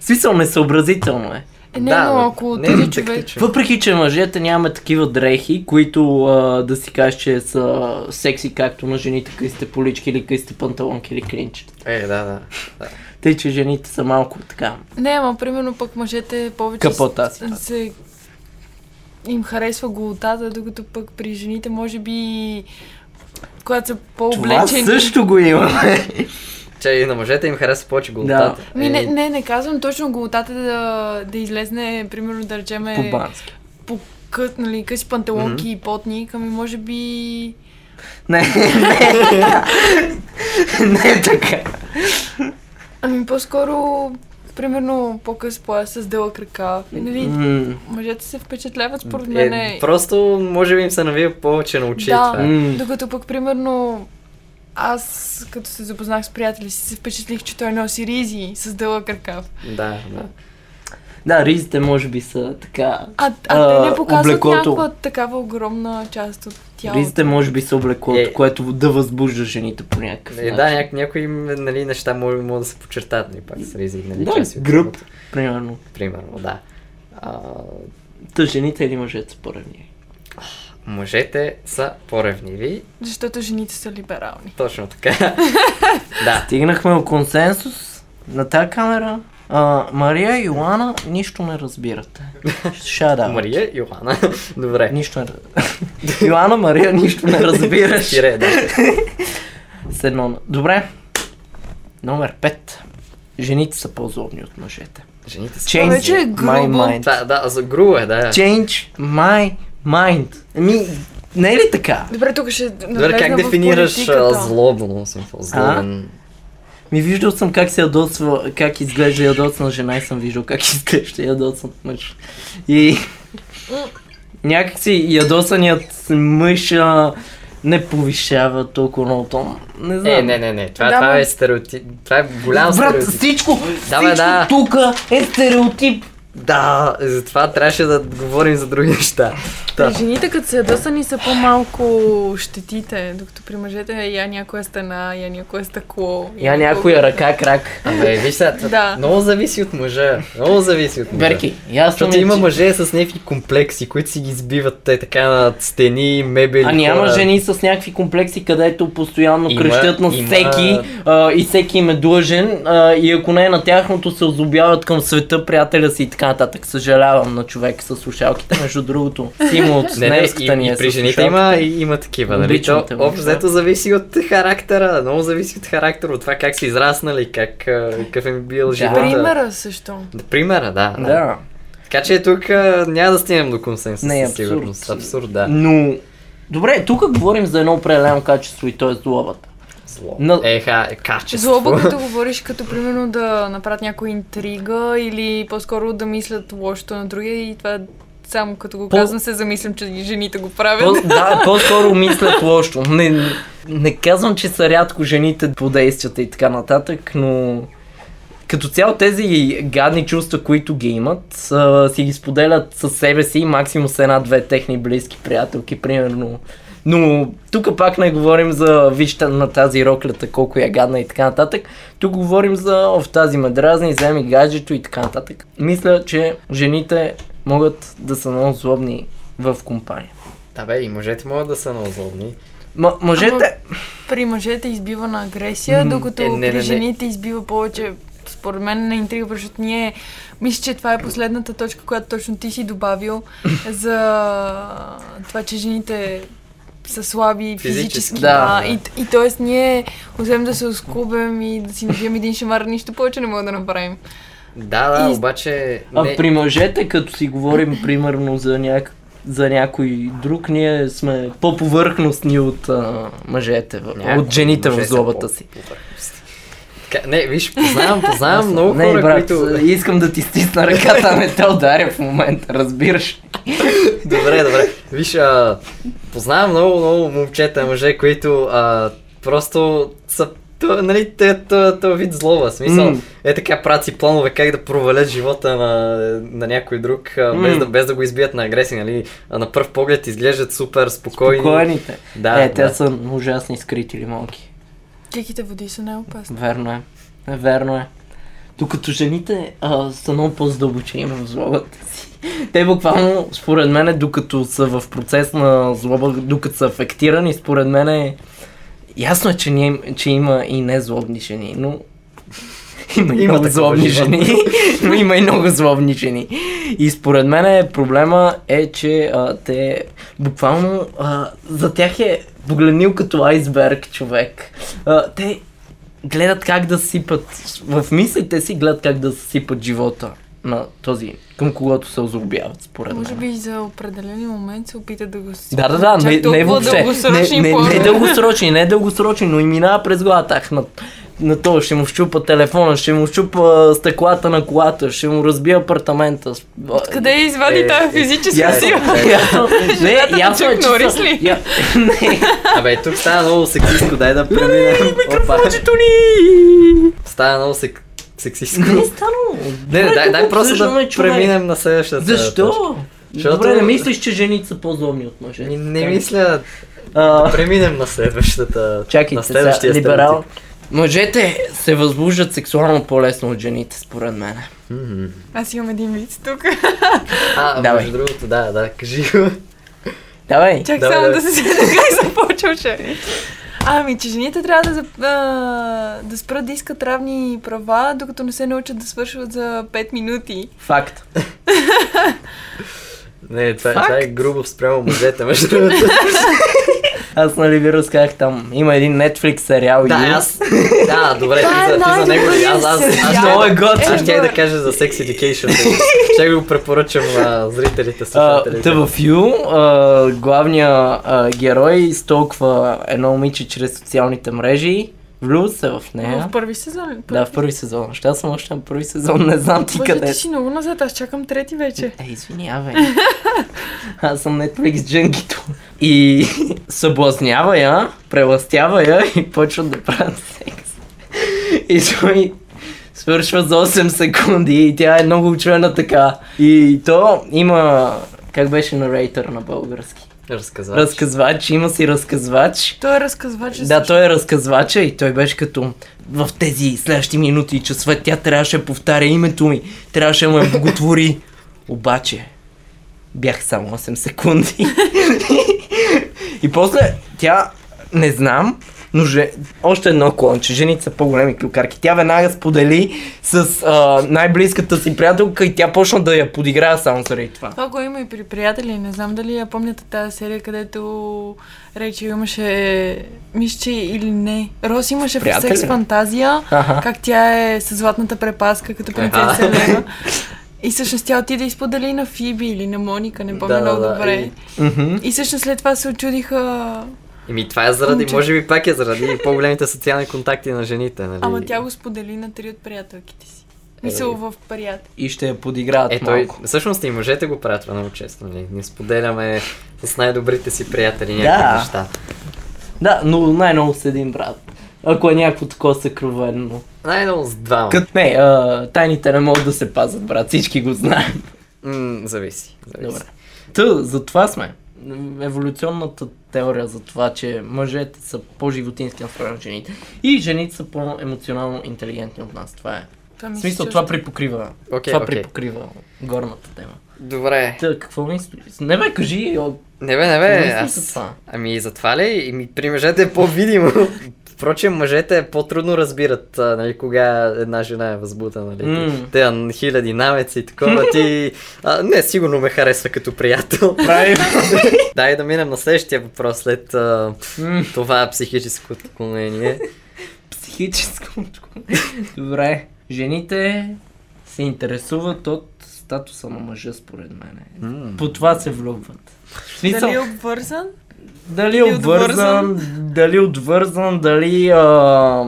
Speaker 2: В смисъл, несъобразително е.
Speaker 4: Е, не,
Speaker 3: да,
Speaker 4: но ако
Speaker 3: не
Speaker 4: този
Speaker 3: е
Speaker 4: човек...
Speaker 3: тактично.
Speaker 2: Въпреки, че мъжете нямаме такива дрехи, които а, да си кажеш, че са секси, както на жените късите полички или късите панталонки или клинчета.
Speaker 3: Е, да, да.
Speaker 2: Тъй, че жените са малко така.
Speaker 4: Не, ама примерно пък мъжете повече
Speaker 2: Капота си
Speaker 4: с- се... им харесва голотата, докато пък при жените може би когато са
Speaker 2: Това
Speaker 4: по-облечени.
Speaker 2: също го имаме.
Speaker 3: Че и на мъжете им харесва повече голотата.
Speaker 4: Ми, Ами не,
Speaker 3: Е,
Speaker 4: не, не казвам точно голотата да, да излезне, примерно да речеме...
Speaker 2: По-бански.
Speaker 4: по кът, нали, къси панталонки и потник, ами може би...
Speaker 2: Не, не. не е така.
Speaker 4: Ами по-скоро, примерно, по-къс пояс с дълъг ръкав. И, Нали,
Speaker 2: М,
Speaker 4: мъжете се впечатляват според
Speaker 3: е,
Speaker 4: мен. Е,
Speaker 3: Просто може би им се навива повече на очи
Speaker 4: да,
Speaker 3: е това.
Speaker 2: М.
Speaker 4: докато пък, примерно, аз като се запознах с приятели си, се впечатлих, че той носи ризи с дълъг ръкав.
Speaker 3: Да, да.
Speaker 2: Да, ризите може би са така.
Speaker 4: А, а, те
Speaker 2: А,
Speaker 4: не показват
Speaker 2: облеклото.
Speaker 4: някаква такава огромна част от тялото.
Speaker 2: Ризите може би са облеклото,
Speaker 3: Е.
Speaker 2: което да възбужда жените по някакъв
Speaker 3: Е,
Speaker 2: начин.
Speaker 3: да, няко, някои нали, неща могат да се подчертат нали, пак с ризи. Нали,
Speaker 2: Да,
Speaker 3: части от
Speaker 2: гръб.
Speaker 3: тялото,
Speaker 2: Примерно.
Speaker 3: Примерно, да. А,
Speaker 2: Та жените или мъжете според ние?
Speaker 3: мъжете са по-ревниви,
Speaker 4: Защото жените са либерални.
Speaker 3: точно така. да,
Speaker 2: Стигнахме до консенсус на тази камера. А, Мария и Йоана нищо не разбирате. Шада.
Speaker 3: Мария и Йоанна. Добре.
Speaker 2: Нищо не разбирате. Йоана, Мария, нищо не разбираш.
Speaker 3: Тире, да.
Speaker 2: С едно. на- Добре. Номер 5. Жените са по-злобни от мъжете.
Speaker 3: Жените са.
Speaker 2: Change
Speaker 4: вече е
Speaker 2: my
Speaker 4: грубо.
Speaker 2: mind.
Speaker 3: Това, да, за грубо е, да.
Speaker 2: Change my mind. Ами, не е ли така?
Speaker 4: Добре, тук ще
Speaker 3: Добре,
Speaker 4: навлезна
Speaker 3: как
Speaker 4: в
Speaker 3: дефинираш а,
Speaker 4: политиката.
Speaker 3: злобно? в смисъл, Злобен.
Speaker 2: Ми виждал съм как се ядосва, как изглежда ядосна жена и съм виждал как изглежда ядосан мъж. И някакси ядосаният мъж а, не повишава толкова много тон. Не знам.
Speaker 3: Е, не, не, не. Това,
Speaker 4: Да,
Speaker 3: това
Speaker 4: ма-
Speaker 3: е стереотип. Това е голям
Speaker 2: Брат,
Speaker 3: стереотип.
Speaker 2: всичко,
Speaker 3: Да, бе,
Speaker 2: всичко
Speaker 3: да.
Speaker 2: тук е стереотип.
Speaker 3: Да, затова трябваше да говорим за други неща.
Speaker 4: При жените, като са ядосани, са по-малко щетите, докато при мъжете я някоя стена, я някоя стъкло.
Speaker 2: Я някоя ръка, крак.
Speaker 3: Абе, виж сега,
Speaker 4: Да.
Speaker 3: да. много зависи от мъжа. Много зависи от мъжа.
Speaker 2: Берки, ясно ми
Speaker 3: Защото
Speaker 2: е,
Speaker 3: има
Speaker 2: че-
Speaker 3: мъже с някакви комплекси, които си ги избиват те така на стени, мебели.
Speaker 2: А няма
Speaker 3: хора.
Speaker 2: жени с някакви комплекси, където постоянно
Speaker 3: Има,
Speaker 2: крещят на
Speaker 3: има.
Speaker 2: всеки а, и всеки им е длъжен а, и ако не е на тяхното се озлобяват към света, приятеля си и така нататък. Съжалявам на човек с слушалките, между другото. Симо от
Speaker 3: Не, не, и,
Speaker 2: сневската ни е
Speaker 3: и при
Speaker 2: с
Speaker 3: жените
Speaker 2: слушалките.
Speaker 3: има, и, има такива, нали?
Speaker 2: Обичам
Speaker 3: То,
Speaker 2: те,
Speaker 3: общо
Speaker 2: момче.
Speaker 3: взето зависи от характера, много зависи от характера, от това как си израснали, как, а, какъв им бил живота.
Speaker 4: Примера също.
Speaker 3: Да, примера, да, да.
Speaker 2: Да.
Speaker 3: Така че тук а, няма да стигнем до консенсус
Speaker 2: Не,
Speaker 3: със
Speaker 2: абсурд.
Speaker 3: сигурност. Абсурд, да.
Speaker 2: Но... Добре, тук говорим за едно определено качество и то е злобата.
Speaker 3: Зло.
Speaker 2: Но-
Speaker 3: Еха, е качество.
Speaker 4: Злоба, като говориш, като примерно да направят някоя интрига или по-скоро да мислят лошото на другия и това само като го
Speaker 2: По-
Speaker 4: казвам се замислям, че и жените го
Speaker 2: По,
Speaker 4: правят.
Speaker 2: да, по-скоро мислят лошо. Не, не казвам, че са рядко жените по действията и така нататък, но като цяло тези гадни чувства, които ги имат, а, си ги споделят със себе си, максимум с една-две техни близки приятелки, примерно. Но тук пак не говорим за вижте на тази роклята, колко я гадна и така нататък. Тук говорим за в тази ме дразни, вземи гаджето и така нататък. Мисля, че жените могат да са много злобни в компания.
Speaker 3: Да бе, и мъжете могат да са много злобни.
Speaker 2: М- мъжете,
Speaker 4: При мъжете избива на агресия,
Speaker 2: М,
Speaker 4: докато
Speaker 3: е, не, не,
Speaker 4: при
Speaker 3: не.
Speaker 4: жените избива повече според мен на интрига, защото ние мисля, че това е последната точка, която точно ти си добавил за това, че жените са слаби физически.
Speaker 3: Физически,
Speaker 2: да.
Speaker 4: а, и, и т.е. ние, освен да се оскубем и да си набием един шамар, нищо повече не мога да направим.
Speaker 3: Да, да,
Speaker 4: И-
Speaker 3: обаче...
Speaker 2: а
Speaker 3: не-
Speaker 2: при мъжете, като си говорим примерно за някакъв за някой друг, ние сме по-повърхностни от а, мъжете, в, от жените в злобата си.
Speaker 3: Така, не, виж, познавам, познавам много
Speaker 2: Не,
Speaker 3: хора,
Speaker 2: брат,
Speaker 3: които...
Speaker 2: искам да ти стисна ръката, а не те ударя в момента, разбираш?
Speaker 3: Добре, добре. Виж, а, познавам много, много момчета, мъже, които а, просто са то, нали, те- то- този вид злоба. В Смисъл,
Speaker 2: М.
Speaker 3: е така правят си планове как да провалят живота на, на някой друг, а, без,
Speaker 2: М.
Speaker 3: да, без да го избият на агресия, нали? А на пръв поглед изглеждат супер спокойни.
Speaker 2: Спокойните.
Speaker 3: Да,
Speaker 2: е, те
Speaker 3: да.
Speaker 2: са ужасни скрити малки.
Speaker 4: Диките води са най-опасни.
Speaker 2: Верно е. Верно е. Докато жените а, са много по-задълбочени в злобата си. Те буквално, според мен, докато са в процес на злоба, докато са афектирани, според мен е... Ясно е, че, ние, че има и незлобни жени, но... Има и
Speaker 3: Има
Speaker 2: много
Speaker 3: такова
Speaker 2: злобни
Speaker 3: живо.
Speaker 2: жени. Но има и много злобни жени. И според мен е, проблема е, че а, те буквално а, за тях е погледнил като айсберг човек. А, те гледат как да сипат, в мислите си гледат как да сипат живота на този, към когото се озлобяват, според
Speaker 4: Може
Speaker 2: мен.
Speaker 4: би за определен момент се опита да го си.
Speaker 2: Да, да, да, не, не въобще.
Speaker 4: дългосрочни
Speaker 2: не, не, не
Speaker 4: планове.
Speaker 2: дългосрочни, не дългосрочни, но и минава през главата. Ах, на, на то ще му щупа телефона, ще му щупа стъклата на колата, ще му разбия апартамента. С-
Speaker 4: Къде извади
Speaker 3: Е,
Speaker 4: тази
Speaker 3: е,
Speaker 4: физическа
Speaker 2: Ясно,
Speaker 4: сила?
Speaker 2: ясно, не, ясно е,
Speaker 4: Чак
Speaker 2: че
Speaker 4: Норис
Speaker 2: са-
Speaker 4: ли?
Speaker 2: я- не.
Speaker 3: Абе, тук става много сексистко, дай да
Speaker 2: Нали,
Speaker 3: преминем.
Speaker 2: е
Speaker 3: Микрофончето ни! Става много сек... сексистко.
Speaker 2: Не е станало.
Speaker 3: Не, не,
Speaker 2: Добре,
Speaker 3: дай,
Speaker 2: тук
Speaker 3: дай просто
Speaker 2: обсъждаме,
Speaker 3: да
Speaker 2: човек.
Speaker 3: преминем на следващата. точка.
Speaker 2: Защо?
Speaker 3: Защото-
Speaker 2: Добре, не мислиш, че жените са по-злобни от мъже?
Speaker 3: Ми, не мисля.
Speaker 2: А,
Speaker 3: Преминем на следващата. на
Speaker 2: Чакайте, сега,
Speaker 3: следващия
Speaker 2: либерал.
Speaker 3: стереотип.
Speaker 2: Мъжете се възбуждат сексуално по-лесно от жените, според мен.
Speaker 3: М.
Speaker 4: Аз имам един вид тук.
Speaker 3: А,
Speaker 2: Давай.
Speaker 3: между другото, да, да, кажи.
Speaker 2: Давай.
Speaker 4: Чак
Speaker 3: Давай,
Speaker 4: само
Speaker 3: давай.
Speaker 4: да се седа как започвал ще. Ами, че жените трябва да, зап- а, да спрат да искат равни права, докато не се научат да свършват за 5 минути.
Speaker 2: Факт.
Speaker 3: не, това,
Speaker 2: Факт.
Speaker 3: това е грубо спрямо мъжете, между другото.
Speaker 2: Аз нали ви разказах там. Има един Netflix сериал.
Speaker 3: да,
Speaker 2: You.
Speaker 3: аз. Да, добре, ти
Speaker 4: Това
Speaker 3: за, ти
Speaker 4: е
Speaker 3: за него.
Speaker 4: най-добрият
Speaker 3: Аз, аз, аз,
Speaker 4: сериал.
Speaker 3: аз,
Speaker 2: Много е готин.
Speaker 3: аз щях да
Speaker 4: Ever.
Speaker 3: кажа за Sex Education. Ще го препоръчам на зрителите,
Speaker 2: А,
Speaker 3: слушателите.
Speaker 2: Та в Ю а, главният а, герой изтолква едно момиче чрез социалните мрежи. Влюбва се в нея.
Speaker 4: В първи сезон. ли?
Speaker 2: Е, Да, в първи сезон. Ще аз съм още на първи сезон, не знам ти
Speaker 4: Боже,
Speaker 2: къде е.
Speaker 4: ти
Speaker 2: си.
Speaker 4: си много назад, аз чакам трети вече.
Speaker 2: Е, извинявай. Аз съм Netflix джънгито. И съблазнява я, преластява я и почват да правят секс. И той свършва за 8 секунди и тя е много учена така. И то има... Как беше нарейтър на български?
Speaker 3: Разказваш.
Speaker 2: Разказвач, има си разказвач.
Speaker 4: Той е разказвач.
Speaker 2: Да, той е разказвача и той беше като в тези следващи минути и часове тя трябваше да повтаря името ми, трябваше да ме боготвори. Обаче, бях само 8 секунди. и после тя, не знам, но же... още едно клонче, жените са по-големи клюкарки. Тя веднага сподели с а, най-близката си приятелка и тя почна да я подиграва само заради това.
Speaker 4: Това го има и при приятели. Не знам дали я помняте тази серия, където Рейчел имаше мишче или не. Рос имаше в
Speaker 2: Приятели?
Speaker 4: секс фантазия,
Speaker 2: Аха.
Speaker 4: как тя е с златната препаска, като принцеса Лена. И всъщност тя отиде и сподели на Фиби или на Моника, не помня
Speaker 3: Да, да,
Speaker 4: много
Speaker 3: да,
Speaker 4: добре.
Speaker 3: и-
Speaker 2: Мгм.
Speaker 4: И всъщност след това се очудиха.
Speaker 3: Еми това е заради,
Speaker 4: Момче.
Speaker 3: може би пак е заради по-големите социални контакти на жените, нали?
Speaker 4: Ама тя го сподели на три от приятелките си. Мисъл
Speaker 3: Е.
Speaker 4: в приятел.
Speaker 2: И ще я подиграват
Speaker 3: Е, той,
Speaker 2: малко.
Speaker 3: всъщност и мъжете го правят това много често, нали? Ние споделяме с най-добрите си приятели някакви
Speaker 2: Да.
Speaker 3: неща.
Speaker 2: Да, но най-много с един брат. Ако е някакво такова съкровено.
Speaker 3: Най-много с двама.
Speaker 2: Като не, а, тайните не могат да се пазят, брат. Всички го знаем.
Speaker 3: М, зависи. зависи.
Speaker 2: Добре. Та, за това сме. Еволюционната теория за това, че мъжете са по-животински настроени от жените. И жените са по-емоционално интелигентни от нас. Това е.
Speaker 4: Това ми
Speaker 2: В
Speaker 4: се
Speaker 2: смисъл,
Speaker 4: чу-
Speaker 2: това припокрива.
Speaker 3: Окей,
Speaker 2: това
Speaker 3: окей.
Speaker 2: припокрива горната тема.
Speaker 3: Добре.
Speaker 2: Та, какво мислиш? Не бе, кажи. О,
Speaker 3: Не бе, не
Speaker 2: какво
Speaker 3: бе,
Speaker 2: мислиш за
Speaker 3: аз...
Speaker 2: това?
Speaker 3: Ами за това ли? Ами при мъжете е по-видимо. Впрочем, мъжете по-трудно разбират, а, нали, кога една жена е възбута, нали?
Speaker 2: М.
Speaker 3: Те а, хиляди намеци и такова, ти... А, не, сигурно ме харесва като приятел.
Speaker 2: Прави.
Speaker 3: Дай да минем на следващия въпрос след а,
Speaker 2: М.
Speaker 3: това психическо отклонение.
Speaker 2: Психическо отклонение. Добре. Жените се интересуват от статуса на мъжа, според мен.
Speaker 3: М.
Speaker 2: По това се влюбват. В смисъл,
Speaker 4: Дали е обвързан?
Speaker 2: дали е
Speaker 4: дали
Speaker 2: обвързан, дали е отвързан, дали, а,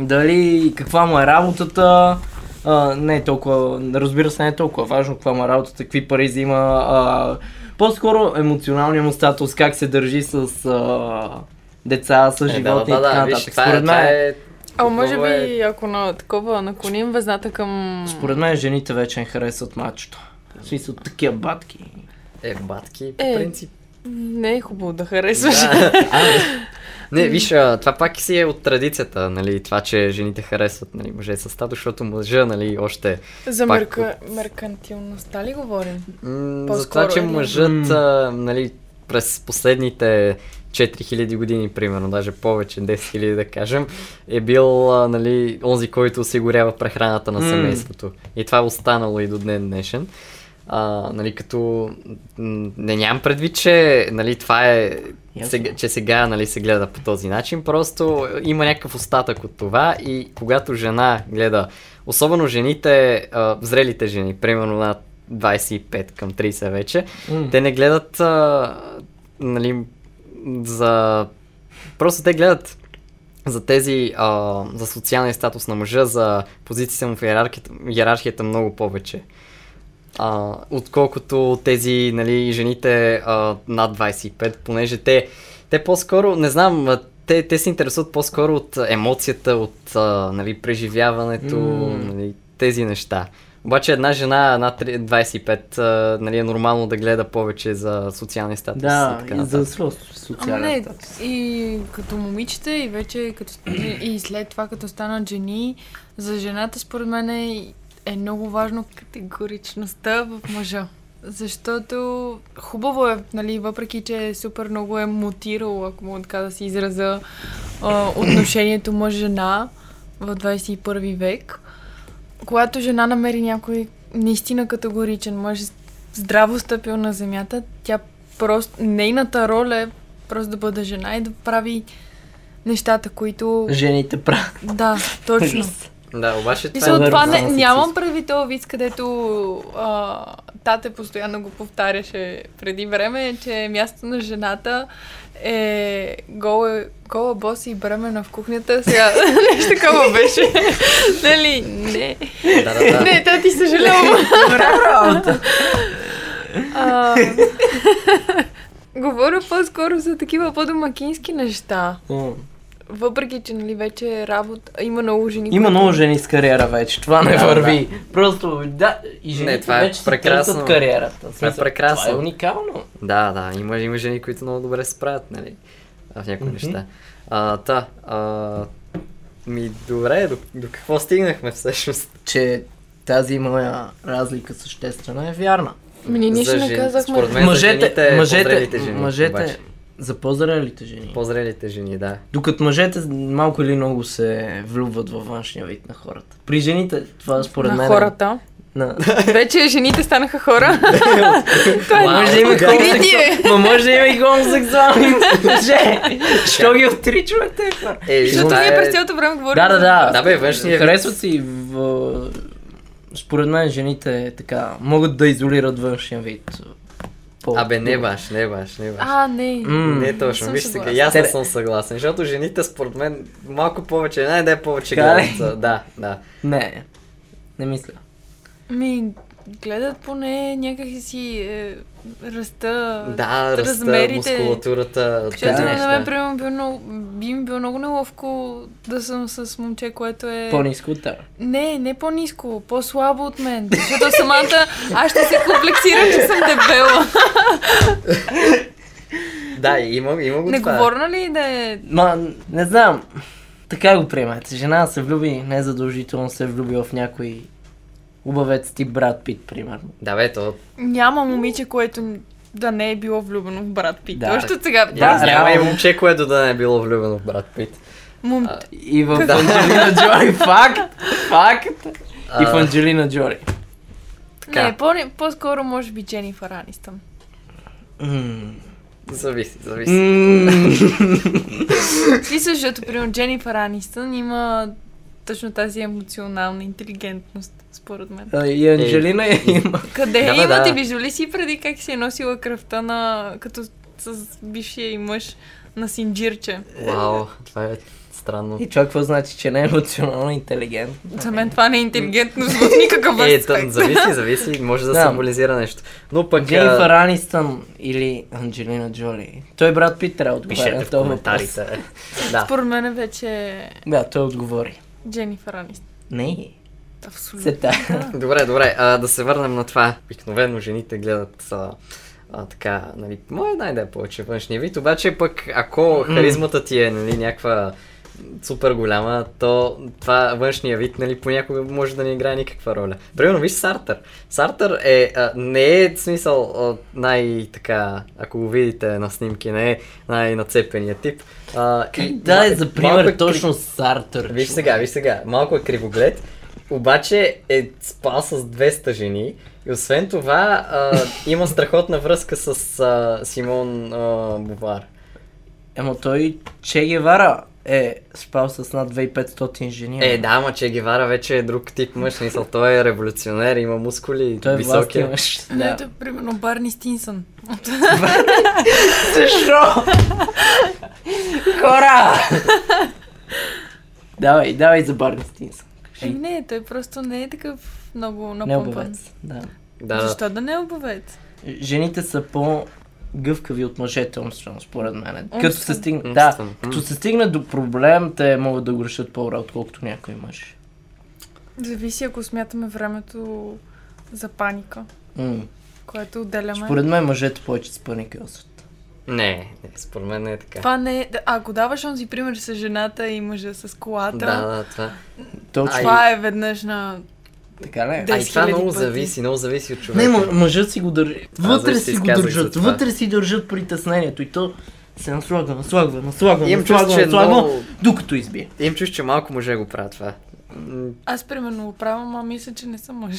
Speaker 2: дали каква му е работата. А, не е толкова, разбира се, не е толкова важно каква му е работата, какви пари взима. А, по-скоро емоционалния му статус, как се държи с а, деца, с
Speaker 3: Е, да, да,
Speaker 2: живота и
Speaker 3: да,
Speaker 2: така
Speaker 3: да, виж,
Speaker 2: нататък.
Speaker 3: това, е,
Speaker 2: Според
Speaker 3: това
Speaker 2: мен,
Speaker 3: е...
Speaker 4: А може
Speaker 3: Такова е.
Speaker 4: би, ако на такова наклоним везната към...
Speaker 2: според мен жените вече не харесват мачото. В смисъл, такива батки.
Speaker 3: Е, батки,
Speaker 4: Е,
Speaker 3: по принцип.
Speaker 4: Не е хубаво да харесваш.
Speaker 3: А, не, виж, а, това пак си е от традицията, нали, това, че жените харесват нали, мъже с статус, защото мъжа, нали, още
Speaker 4: За
Speaker 3: Пак
Speaker 4: мерка... меркантилността ли говорим?
Speaker 3: М, за
Speaker 4: По-скоро
Speaker 3: това, че
Speaker 4: е, да.
Speaker 3: мъжът,
Speaker 2: М.
Speaker 3: а, нали, през последните 4000 години, примерно, даже повече, 10 000 да кажем, е бил, а, нали, онзи, който осигурява прехраната на
Speaker 2: М.
Speaker 3: семейството. И това е останало и до днес днешен. А, нали, като м, не нямам предвид, че нали, това е
Speaker 2: Ясно.
Speaker 3: сега, че сега нали, се гледа по този начин, просто има някакъв остатък от това и когато жена гледа, особено жените, а, зрелите жени, примерно на 25 към 30 вече,
Speaker 2: М.
Speaker 3: те не гледат а, нали, за... Просто те гледат за тези, а, за социалния статус на мъжа, за позицията му в иерархията, иерархията много повече. А, отколкото тези, нали, жените а, над 25, понеже те, те по-скоро, не знам, а, те, те се интересуват по-скоро от емоцията, от а, нали, преживяването,
Speaker 2: М.
Speaker 3: нали, тези неща. Обаче една жена над 3 25 а, нали, е нормално да гледа повече за социалния статус и
Speaker 2: Да,
Speaker 3: така
Speaker 2: и за
Speaker 3: нататък.
Speaker 2: просто
Speaker 4: Ама
Speaker 2: социален
Speaker 4: не,
Speaker 2: статус.
Speaker 4: и като момичета, и вече като, и след това като станат жени, за жената според мен е, е много важно категоричността в мъжа. Защото хубаво е, нали, въпреки че супер много е мутирало, ако мога така да си израза, а, отношението мъж-жена в 21 век. Когато жена намери някой наистина категоричен мъж, здраво стъпил на земята, тя просто, нейната роля е просто да бъде жена и да прави нещата, които...
Speaker 2: Жените правят.
Speaker 4: Да, точно.
Speaker 3: Да, обаче
Speaker 4: И
Speaker 3: това е...
Speaker 4: това,
Speaker 2: е
Speaker 4: това не,
Speaker 2: нормално.
Speaker 4: нямам прави този вид, където а, тате постоянно го повтаряше преди време, че място на жената е гола, гола боса и бремена в кухнята. Сега нещо такова беше. нали? Не.
Speaker 3: е- Да, да, да.
Speaker 4: Не, тати съжалявам. А, Говоря по-скоро за такива по-домакински неща.
Speaker 2: М.
Speaker 4: Въпреки, че нали вече е работа, има много жени.
Speaker 2: Има
Speaker 4: които-
Speaker 2: много жени с кариера вече, това не
Speaker 3: Да,
Speaker 2: върви. Просто, да, и жените
Speaker 3: това е
Speaker 2: вече си
Speaker 3: прекрасно.
Speaker 2: търсят кариерата. В
Speaker 3: Това е
Speaker 2: смисъл,
Speaker 3: прекрасно.
Speaker 2: Това е уникално.
Speaker 3: Да, да, има, има жени, които много добре се справят, нали? а, В някои
Speaker 2: Мгм.
Speaker 3: неща. А, та, а, ми добре, до, до какво стигнахме всъщност?
Speaker 2: Че тази моя разлика съществена е вярна.
Speaker 4: Ми, ние нищо
Speaker 3: За
Speaker 4: не
Speaker 3: жен-
Speaker 4: казахме.
Speaker 3: според мен- за
Speaker 2: Мъжете,
Speaker 3: жените, е
Speaker 2: мъжете,
Speaker 3: по-зрелите жени,
Speaker 2: мъжете,
Speaker 3: обаче.
Speaker 2: за по-зрелите жени.
Speaker 3: По-зрелите жени, да.
Speaker 2: Докато мъжете малко или много се влюбват във външния вид на хората. При жените това според
Speaker 4: на
Speaker 2: мен е-
Speaker 4: хората.
Speaker 2: На...
Speaker 4: Вече жените станаха хора. Това е
Speaker 2: Може да
Speaker 4: нещо
Speaker 2: има
Speaker 4: откритие.
Speaker 2: хомосексуални. Ма може да има и хомосексуални мъже. Що ги отричвате? бе?
Speaker 3: Е, виж,
Speaker 4: Защото
Speaker 3: това
Speaker 4: ние
Speaker 3: е-
Speaker 4: през цялото време говорим.
Speaker 2: Да, да,
Speaker 4: за-
Speaker 2: да.
Speaker 3: Да, бе, външния вид.
Speaker 2: Харесват си в... Според мен жените така могат да изолират външния вид. По-
Speaker 3: Абе, не баш, не баш, не баш.
Speaker 4: А, не.
Speaker 2: М.
Speaker 3: Не е точно,
Speaker 4: съм
Speaker 3: виж сега,
Speaker 4: съгласна.
Speaker 3: и аз не
Speaker 2: Те-
Speaker 3: съм съгласен, защото жените според мен малко повече, най-де повече
Speaker 2: Така ли?
Speaker 3: гледат. а, Да, да.
Speaker 2: Не. Не мисля.
Speaker 4: Ми, гледат поне някакси си е, ръста.
Speaker 3: Да, ръста,
Speaker 4: размерите.
Speaker 3: мускулатурата,
Speaker 4: Защото
Speaker 3: тези
Speaker 2: е, Да.
Speaker 4: на мен,
Speaker 3: неща.
Speaker 4: примерно, би, много- би ми било много неловко да съм с момче, което е...
Speaker 2: По-низко от теб.
Speaker 4: Не, не по-ниско, по-слабо от мен. Защото самата аз ще се комплексирам, че съм дебела.
Speaker 3: Да, има, има го
Speaker 4: Не
Speaker 3: това.
Speaker 4: говорна ли да е...
Speaker 2: Ма, не знам. Така го приемате. Жена се влюби, не задължително се влюби в някой убавец тип брат Пит, примерно.
Speaker 3: Да, бе, то...
Speaker 4: Няма момиче, което да не е било влюбено в брат Пит.
Speaker 2: Да.
Speaker 4: Да, Още от сега. Да,
Speaker 2: реално.
Speaker 3: Да, няма и момче, което да не е било влюбено в брат Пит.
Speaker 4: Мом...
Speaker 2: И в Анджелина Джоли. Факт! Факт! И в
Speaker 3: А.
Speaker 2: Анджелина Джоли.
Speaker 3: така.
Speaker 4: не, по- по-скоро може би Дженифър Анистън.
Speaker 2: М.
Speaker 3: Зависи, зависи.
Speaker 2: М.
Speaker 4: В смисъл, защото, примерно, Дженифър Анистън има точно тази емоционална интелигентност, според мен.
Speaker 2: А, И Анджелина я има.
Speaker 4: Къде
Speaker 3: Да,
Speaker 4: е?
Speaker 3: бе,
Speaker 4: Има,
Speaker 3: да.
Speaker 4: ти вижда ли си преди как си е носила кръвта на... като с бившия и мъж на синджирче?
Speaker 3: Вау, това е странно.
Speaker 2: И чак какво значи, че не е емоционално интелигент.
Speaker 4: За мен това не е интелигентност в никакъв
Speaker 3: Е, тън,
Speaker 4: аспект.
Speaker 3: зависи, зависи, може да,
Speaker 2: Да.
Speaker 3: символизира нещо. Но пък...
Speaker 2: Дженнифър
Speaker 3: а,
Speaker 2: Анистън или Анджелина Джоли. Той брат Пит трябва да отговаря
Speaker 3: Пишете
Speaker 2: на
Speaker 3: в
Speaker 2: този въпрос.
Speaker 3: коментарите. Да.
Speaker 4: Според мен вече е
Speaker 2: Да, той отговори.
Speaker 4: Дженнифър Анистън.
Speaker 2: Не,
Speaker 4: Абсолютно.
Speaker 2: сета.
Speaker 3: Добре, добре, а, да се върнем на това. Обикновено жените гледат а, а, така, нали, мое най да е повече външния вид, обаче пък ако харизмата ти е нали, някаква супер голяма, то това външния вид нали, понякога може да не играе никаква роля. Примерно, виж Сартър. Сартър е, а, не е в смисъл а, най-така, ако го видите на снимки, не е най-нацепения тип. А, и
Speaker 2: Да, е
Speaker 3: малко-
Speaker 2: за
Speaker 3: малко
Speaker 2: пример
Speaker 3: е
Speaker 2: точно Сартър.
Speaker 3: Виж
Speaker 2: човек.
Speaker 3: сега, виж сега, малко е кривоглед, обаче е спал с 200 жени и освен това а, има страхотна връзка с а, Симон а, Бувар.
Speaker 2: Ема той Че Гевара е спал с над 2500 жени.
Speaker 3: Е, да, ама че Гевара вече е друг тип мъж, мисъл, той е революционер, има мускули,
Speaker 2: Той е власт
Speaker 3: високи.
Speaker 2: имаш.
Speaker 4: Да.
Speaker 2: Да.
Speaker 4: Ето, Ами примерно, Барни Стинсън.
Speaker 2: Защо? Хора! давай, давай за Барни Стинсън.
Speaker 4: Е, не, той просто не е такъв много
Speaker 2: Не е
Speaker 4: напомпан.
Speaker 2: обувец. Да.
Speaker 3: Да, да.
Speaker 4: Защо да не е обувец?
Speaker 2: Жените са по гъвкави от мъжете, умствено, според мен. Като се
Speaker 4: Умствено.
Speaker 2: стигне, да,
Speaker 3: Умствено.
Speaker 2: като се стигне до проблем, те могат да го решат по-добре, отколкото някой мъж.
Speaker 4: Зависи, ако смятаме времето за паника,
Speaker 2: М.
Speaker 4: което отделяме.
Speaker 2: Според мен мъжете повече се паникосват.
Speaker 3: Не, не, според мен не е така.
Speaker 4: Това не е... да, Ако даваш онзи пример с жената и мъжа с колата,
Speaker 3: Да, да, това.
Speaker 2: Точно
Speaker 4: това е веднъж на...
Speaker 2: така ли? е?
Speaker 4: Да.
Speaker 3: А и това
Speaker 4: 10 000
Speaker 3: много
Speaker 4: пъти.
Speaker 3: зависи, много зависи от
Speaker 2: Не,
Speaker 3: човека.
Speaker 2: мъ- мъжът си го държи. Вътре
Speaker 3: зависи,
Speaker 2: си го
Speaker 3: изказах за
Speaker 2: държат.
Speaker 3: това.
Speaker 2: Вътре си държат притеснението. И то се наслагва, наслагва, наслагва,
Speaker 3: Имам чувство,
Speaker 2: наслагва,
Speaker 3: че е
Speaker 2: наслагва,
Speaker 3: много-
Speaker 2: докато избие.
Speaker 3: Им чуш, че малко мъже го правят това. М,
Speaker 4: Аз примерно го правя, а мисля, че не съм мъж.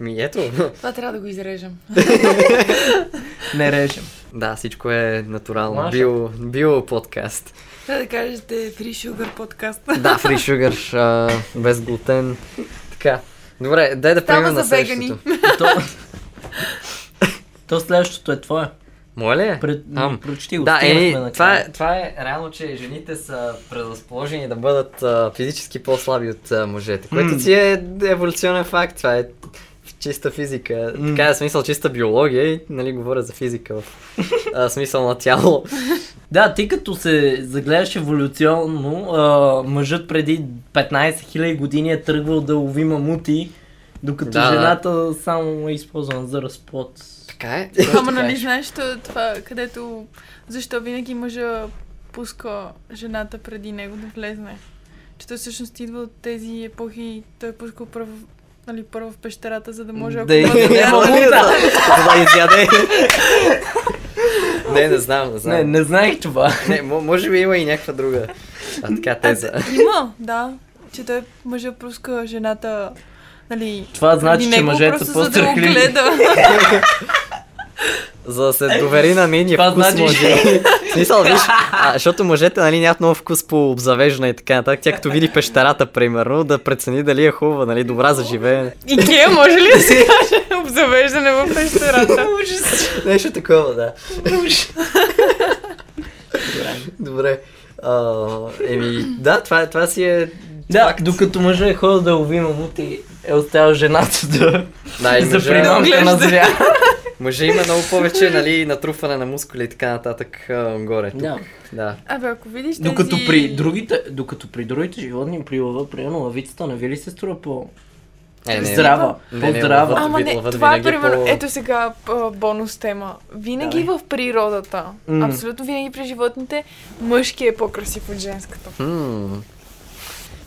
Speaker 3: Ми ето,
Speaker 4: Това трябва да го изрежем.
Speaker 2: Не режем.
Speaker 3: да, всичко е натурално.
Speaker 2: Маша.
Speaker 3: Био, био подкаст.
Speaker 4: Трябва да кажете Free Sugar подкаст.
Speaker 3: Да, free sugar, а, без глутен. Така. Добре, дай да
Speaker 4: Става
Speaker 3: преминем на
Speaker 4: за вегани.
Speaker 3: следващото.
Speaker 2: То... то следващото е твое.
Speaker 3: Моля ли? е?
Speaker 2: Пред...
Speaker 3: Ам.
Speaker 2: Прочети го.
Speaker 3: Да,
Speaker 2: стигнахме
Speaker 3: е,
Speaker 2: накрая.
Speaker 3: това е, това е реално, че жените са предразположени да бъдат а, физически по-слаби от а, мъжете, което
Speaker 2: М.
Speaker 3: си е еволюционен факт, това е чиста физика,
Speaker 2: М.
Speaker 3: така е смисъл чиста биология и нали говоря за физика в а, смисъл на тяло.
Speaker 2: Да, ти като се загледаш еволюционно, а, мъжът преди 15 000 години е тръгвал да лови мамути, докато
Speaker 3: Да, да.
Speaker 2: жената само е използвана за разплод.
Speaker 3: Така е.
Speaker 4: Ама нали знаеш то- това, където... Защо винаги мъжа пуска жената преди него да влезне? Че той всъщност идва от тези епохи, той е пускал първо, нали, първо в пещерата, за да може...
Speaker 3: Да
Speaker 4: ако бъде
Speaker 3: изяде
Speaker 4: вярно-
Speaker 3: мамута. За да изяде. Не, не знам, не знам.
Speaker 2: Не, не знаех това.
Speaker 3: Не, мо- може би има и някаква друга. А така теза.
Speaker 4: Има, да. Че той мъжа пуска жената, нали...
Speaker 2: Това значи,
Speaker 4: преди
Speaker 2: че
Speaker 4: него,
Speaker 2: мъжете са
Speaker 4: просто за да го
Speaker 2: по-страхливи.
Speaker 4: гледа.
Speaker 3: За да се довери на нейния
Speaker 2: Това
Speaker 3: вкус
Speaker 2: значи,
Speaker 3: може.
Speaker 2: че-
Speaker 3: В Смисъл, виж, а, защото мъжете нали, нямат много вкус по обзавеждане и така нататък. Тя като види пещерата, примерно, да прецени дали е хубава, нали, добра за живеене.
Speaker 4: Икея може ли да се каже обзавеждане в пещерата?
Speaker 3: Нещо такова, да. Добре. А, еми, да, това, това си е...
Speaker 2: Да, докато мъжът е ходил да лови мамути, е оставил жената да
Speaker 3: Да, и
Speaker 2: за
Speaker 3: мъжа-
Speaker 2: примамка на зря.
Speaker 3: Мъже има много повече, нали, натрупване на мускули и така нататък а, горе. Тук.
Speaker 2: Да.
Speaker 3: Да.
Speaker 4: Абе, ако видиш тези...
Speaker 2: Докато при другите, докато при другите животни при лъва, примерно лавицата, не ви ли се струва по...
Speaker 3: Е, не,
Speaker 2: здрава,
Speaker 3: не, не,
Speaker 2: по-здрава.
Speaker 3: лъвът-
Speaker 4: Ама
Speaker 3: ви-
Speaker 4: не,
Speaker 3: лъвът
Speaker 4: това е
Speaker 3: винаги
Speaker 4: примерно,
Speaker 3: по-
Speaker 4: ето сега а, бонус тема. Винаги в природата,
Speaker 2: М.
Speaker 4: абсолютно винаги при животните, мъжки е по-красив от женската.
Speaker 3: М.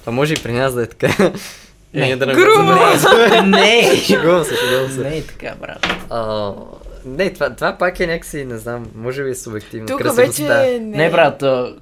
Speaker 3: А може и при нас да е така.
Speaker 2: Не.
Speaker 3: Е, да не
Speaker 4: Грубо!
Speaker 2: не,
Speaker 3: Шегувам се, шегувам се.
Speaker 2: не е така, брат.
Speaker 3: А, не, това, това пак е някакси, не знам, може би е субективно.
Speaker 4: Тук вече е-
Speaker 3: Красивостта.
Speaker 4: не...
Speaker 2: Не, брат, а,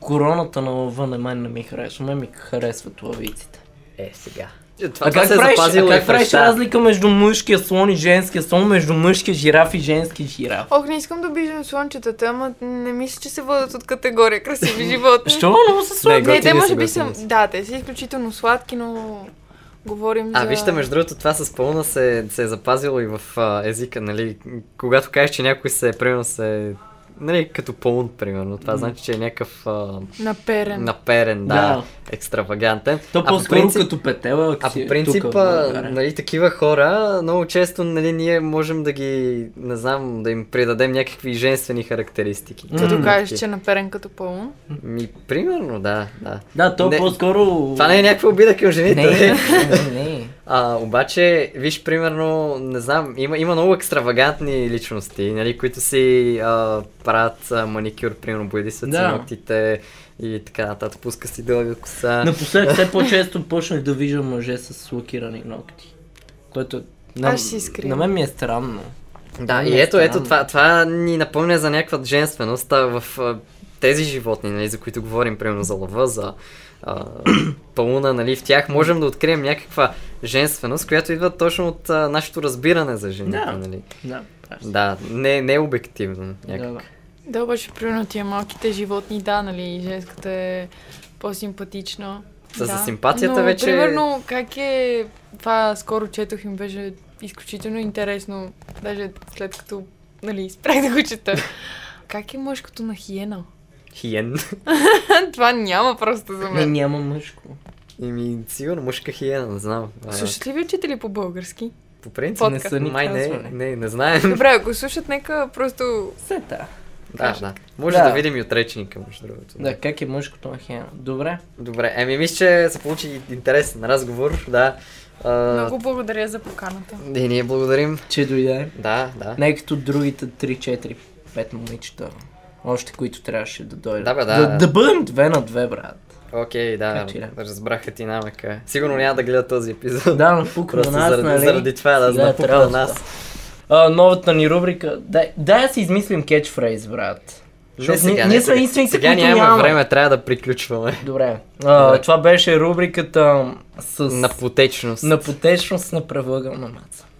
Speaker 2: короната на лъва на мен не ми харесва. Мен ми харесват лавиците.
Speaker 3: Е, сега. Това,
Speaker 2: А
Speaker 3: това
Speaker 2: как
Speaker 3: се е
Speaker 2: правиш, а
Speaker 3: запазило и
Speaker 2: как
Speaker 3: в
Speaker 2: правиш
Speaker 3: ръща.
Speaker 2: разлика между мъжкия слон и женския слон, между мъжкия жираф и женски жираф?
Speaker 4: Ох, не искам да обиждам слончетата, ама не мисля, че се водят от категория красиви животни.
Speaker 2: Що много са
Speaker 3: Не,
Speaker 2: сладки?
Speaker 4: Не, те
Speaker 3: Готини
Speaker 4: може
Speaker 3: са,
Speaker 4: би
Speaker 3: готини
Speaker 4: са...
Speaker 3: са.
Speaker 4: Да, те са изключително сладки, но говорим
Speaker 3: А,
Speaker 4: за...
Speaker 3: вижте, между другото, това с пълна се, се е запазило и в а, езика, нали? Когато кажеш, че някой се, примерно, се... Нали, като пълн, примерно. Това значи, че е някакъв а,
Speaker 4: На перен.
Speaker 3: наперен, да,
Speaker 2: Да.
Speaker 3: екстравагантен.
Speaker 2: То
Speaker 3: А по
Speaker 2: по-скоро
Speaker 3: принцип-
Speaker 2: като петела, ако
Speaker 3: А
Speaker 2: си
Speaker 3: по принцип,
Speaker 2: тук в
Speaker 3: а,
Speaker 2: България.
Speaker 3: нали, такива хора, много често, нали, ние можем да ги, не знам, да им придадем някакви женствени характеристики.
Speaker 2: Като
Speaker 4: Като
Speaker 2: М,
Speaker 4: кажеш, че е наперен като пълн.
Speaker 3: Ми, примерно, да, да.
Speaker 2: Да, то
Speaker 3: Не.
Speaker 2: по-скоро...
Speaker 3: Това не е някаква обида към жените.
Speaker 2: Не, не, не.
Speaker 3: А, обаче, виж, примерно, не знам, има, има много екстравагантни личности, нали, които си а, правят а, маникюр, примерно, бояди се
Speaker 2: Да.
Speaker 3: ценоктите и така нататък, пуска си дълга коса.
Speaker 2: Напоследък все по-често почнах да виждам мъже с лакирани ногти. Което... на-
Speaker 4: Аз ще си изкривя.
Speaker 2: На мен ми е странно.
Speaker 3: Да,
Speaker 2: Не
Speaker 3: и
Speaker 2: е
Speaker 3: ето, ето,
Speaker 2: странно.
Speaker 3: това, това ни напомня за някаква женственост а, в а, тези животни, нали, за които говорим, примерно за лъва, за а, пълна, нали, в тях можем да открием някаква женственост, която идва точно от а, нашето разбиране за жените,
Speaker 2: Да.
Speaker 3: нали.
Speaker 2: Да, прав си.
Speaker 3: Да, не, не е обективно някак.
Speaker 2: Да, да.
Speaker 4: Да, обаче, примерно тия малките животни, да, нали, женската е по-симпатична.
Speaker 3: С-
Speaker 4: да.
Speaker 3: с симпатията
Speaker 4: Но,
Speaker 3: вече-
Speaker 4: примерно, как е... Това скоро четох им беше изключително интересно, даже след като, нали, спрях да го чета. Как е мъжкото на хиена?
Speaker 3: Хиен.
Speaker 4: Това няма просто за
Speaker 2: Не,
Speaker 4: мен.
Speaker 2: няма мъжко.
Speaker 3: Еми, сигурно мъжка хиена, не знам. А,
Speaker 4: Слушат ли ви учители по-български?
Speaker 3: по принцип, не,
Speaker 4: под-
Speaker 2: Не
Speaker 4: Подкаст.
Speaker 2: са ни
Speaker 3: май не,
Speaker 2: казвали.
Speaker 3: не, не знаем.
Speaker 4: Добре, ако слушат, нека просто...
Speaker 2: Сета.
Speaker 3: да, да. Може да.
Speaker 2: Да.
Speaker 3: видим и отречника, между другото.
Speaker 2: Да, как е мъжкото на хена? Добре.
Speaker 3: Добре, еми мисля, че се получи интересен разговор, да. А,
Speaker 4: Много благодаря за поканата.
Speaker 3: И ние благодарим.
Speaker 2: Че дойде.
Speaker 3: Да, да.
Speaker 2: Не като другите 3-4-5 момичета. Още които трябваше да дойдат.
Speaker 3: Да, бе, да.
Speaker 2: да, да бъдем две на две, брат.
Speaker 3: Окей, да,
Speaker 2: Как ти да?
Speaker 3: разбраха ти намъка. Сигурно няма да гледа този епизод.
Speaker 2: Да, но пук на
Speaker 3: Просто
Speaker 2: нас,
Speaker 3: заради,
Speaker 2: нали?
Speaker 3: заради това, да,
Speaker 2: Сега
Speaker 3: знам
Speaker 2: трябва
Speaker 3: на
Speaker 2: да
Speaker 3: нас.
Speaker 2: става. А, новата ни рубрика. Дай, дай да си измислим кетчфрейз, брат.
Speaker 3: Не,
Speaker 2: Защото
Speaker 3: сега,
Speaker 2: ние-
Speaker 3: не,
Speaker 2: ние сме
Speaker 3: сега.
Speaker 2: единствените,
Speaker 3: Сега
Speaker 2: които
Speaker 3: нямаме
Speaker 2: нямаме.
Speaker 3: време, трябва да приключваме.
Speaker 2: Добре. А,
Speaker 3: Добре.
Speaker 2: Това беше рубриката с...
Speaker 3: На потечност.
Speaker 2: на потечност на правъгълна маца.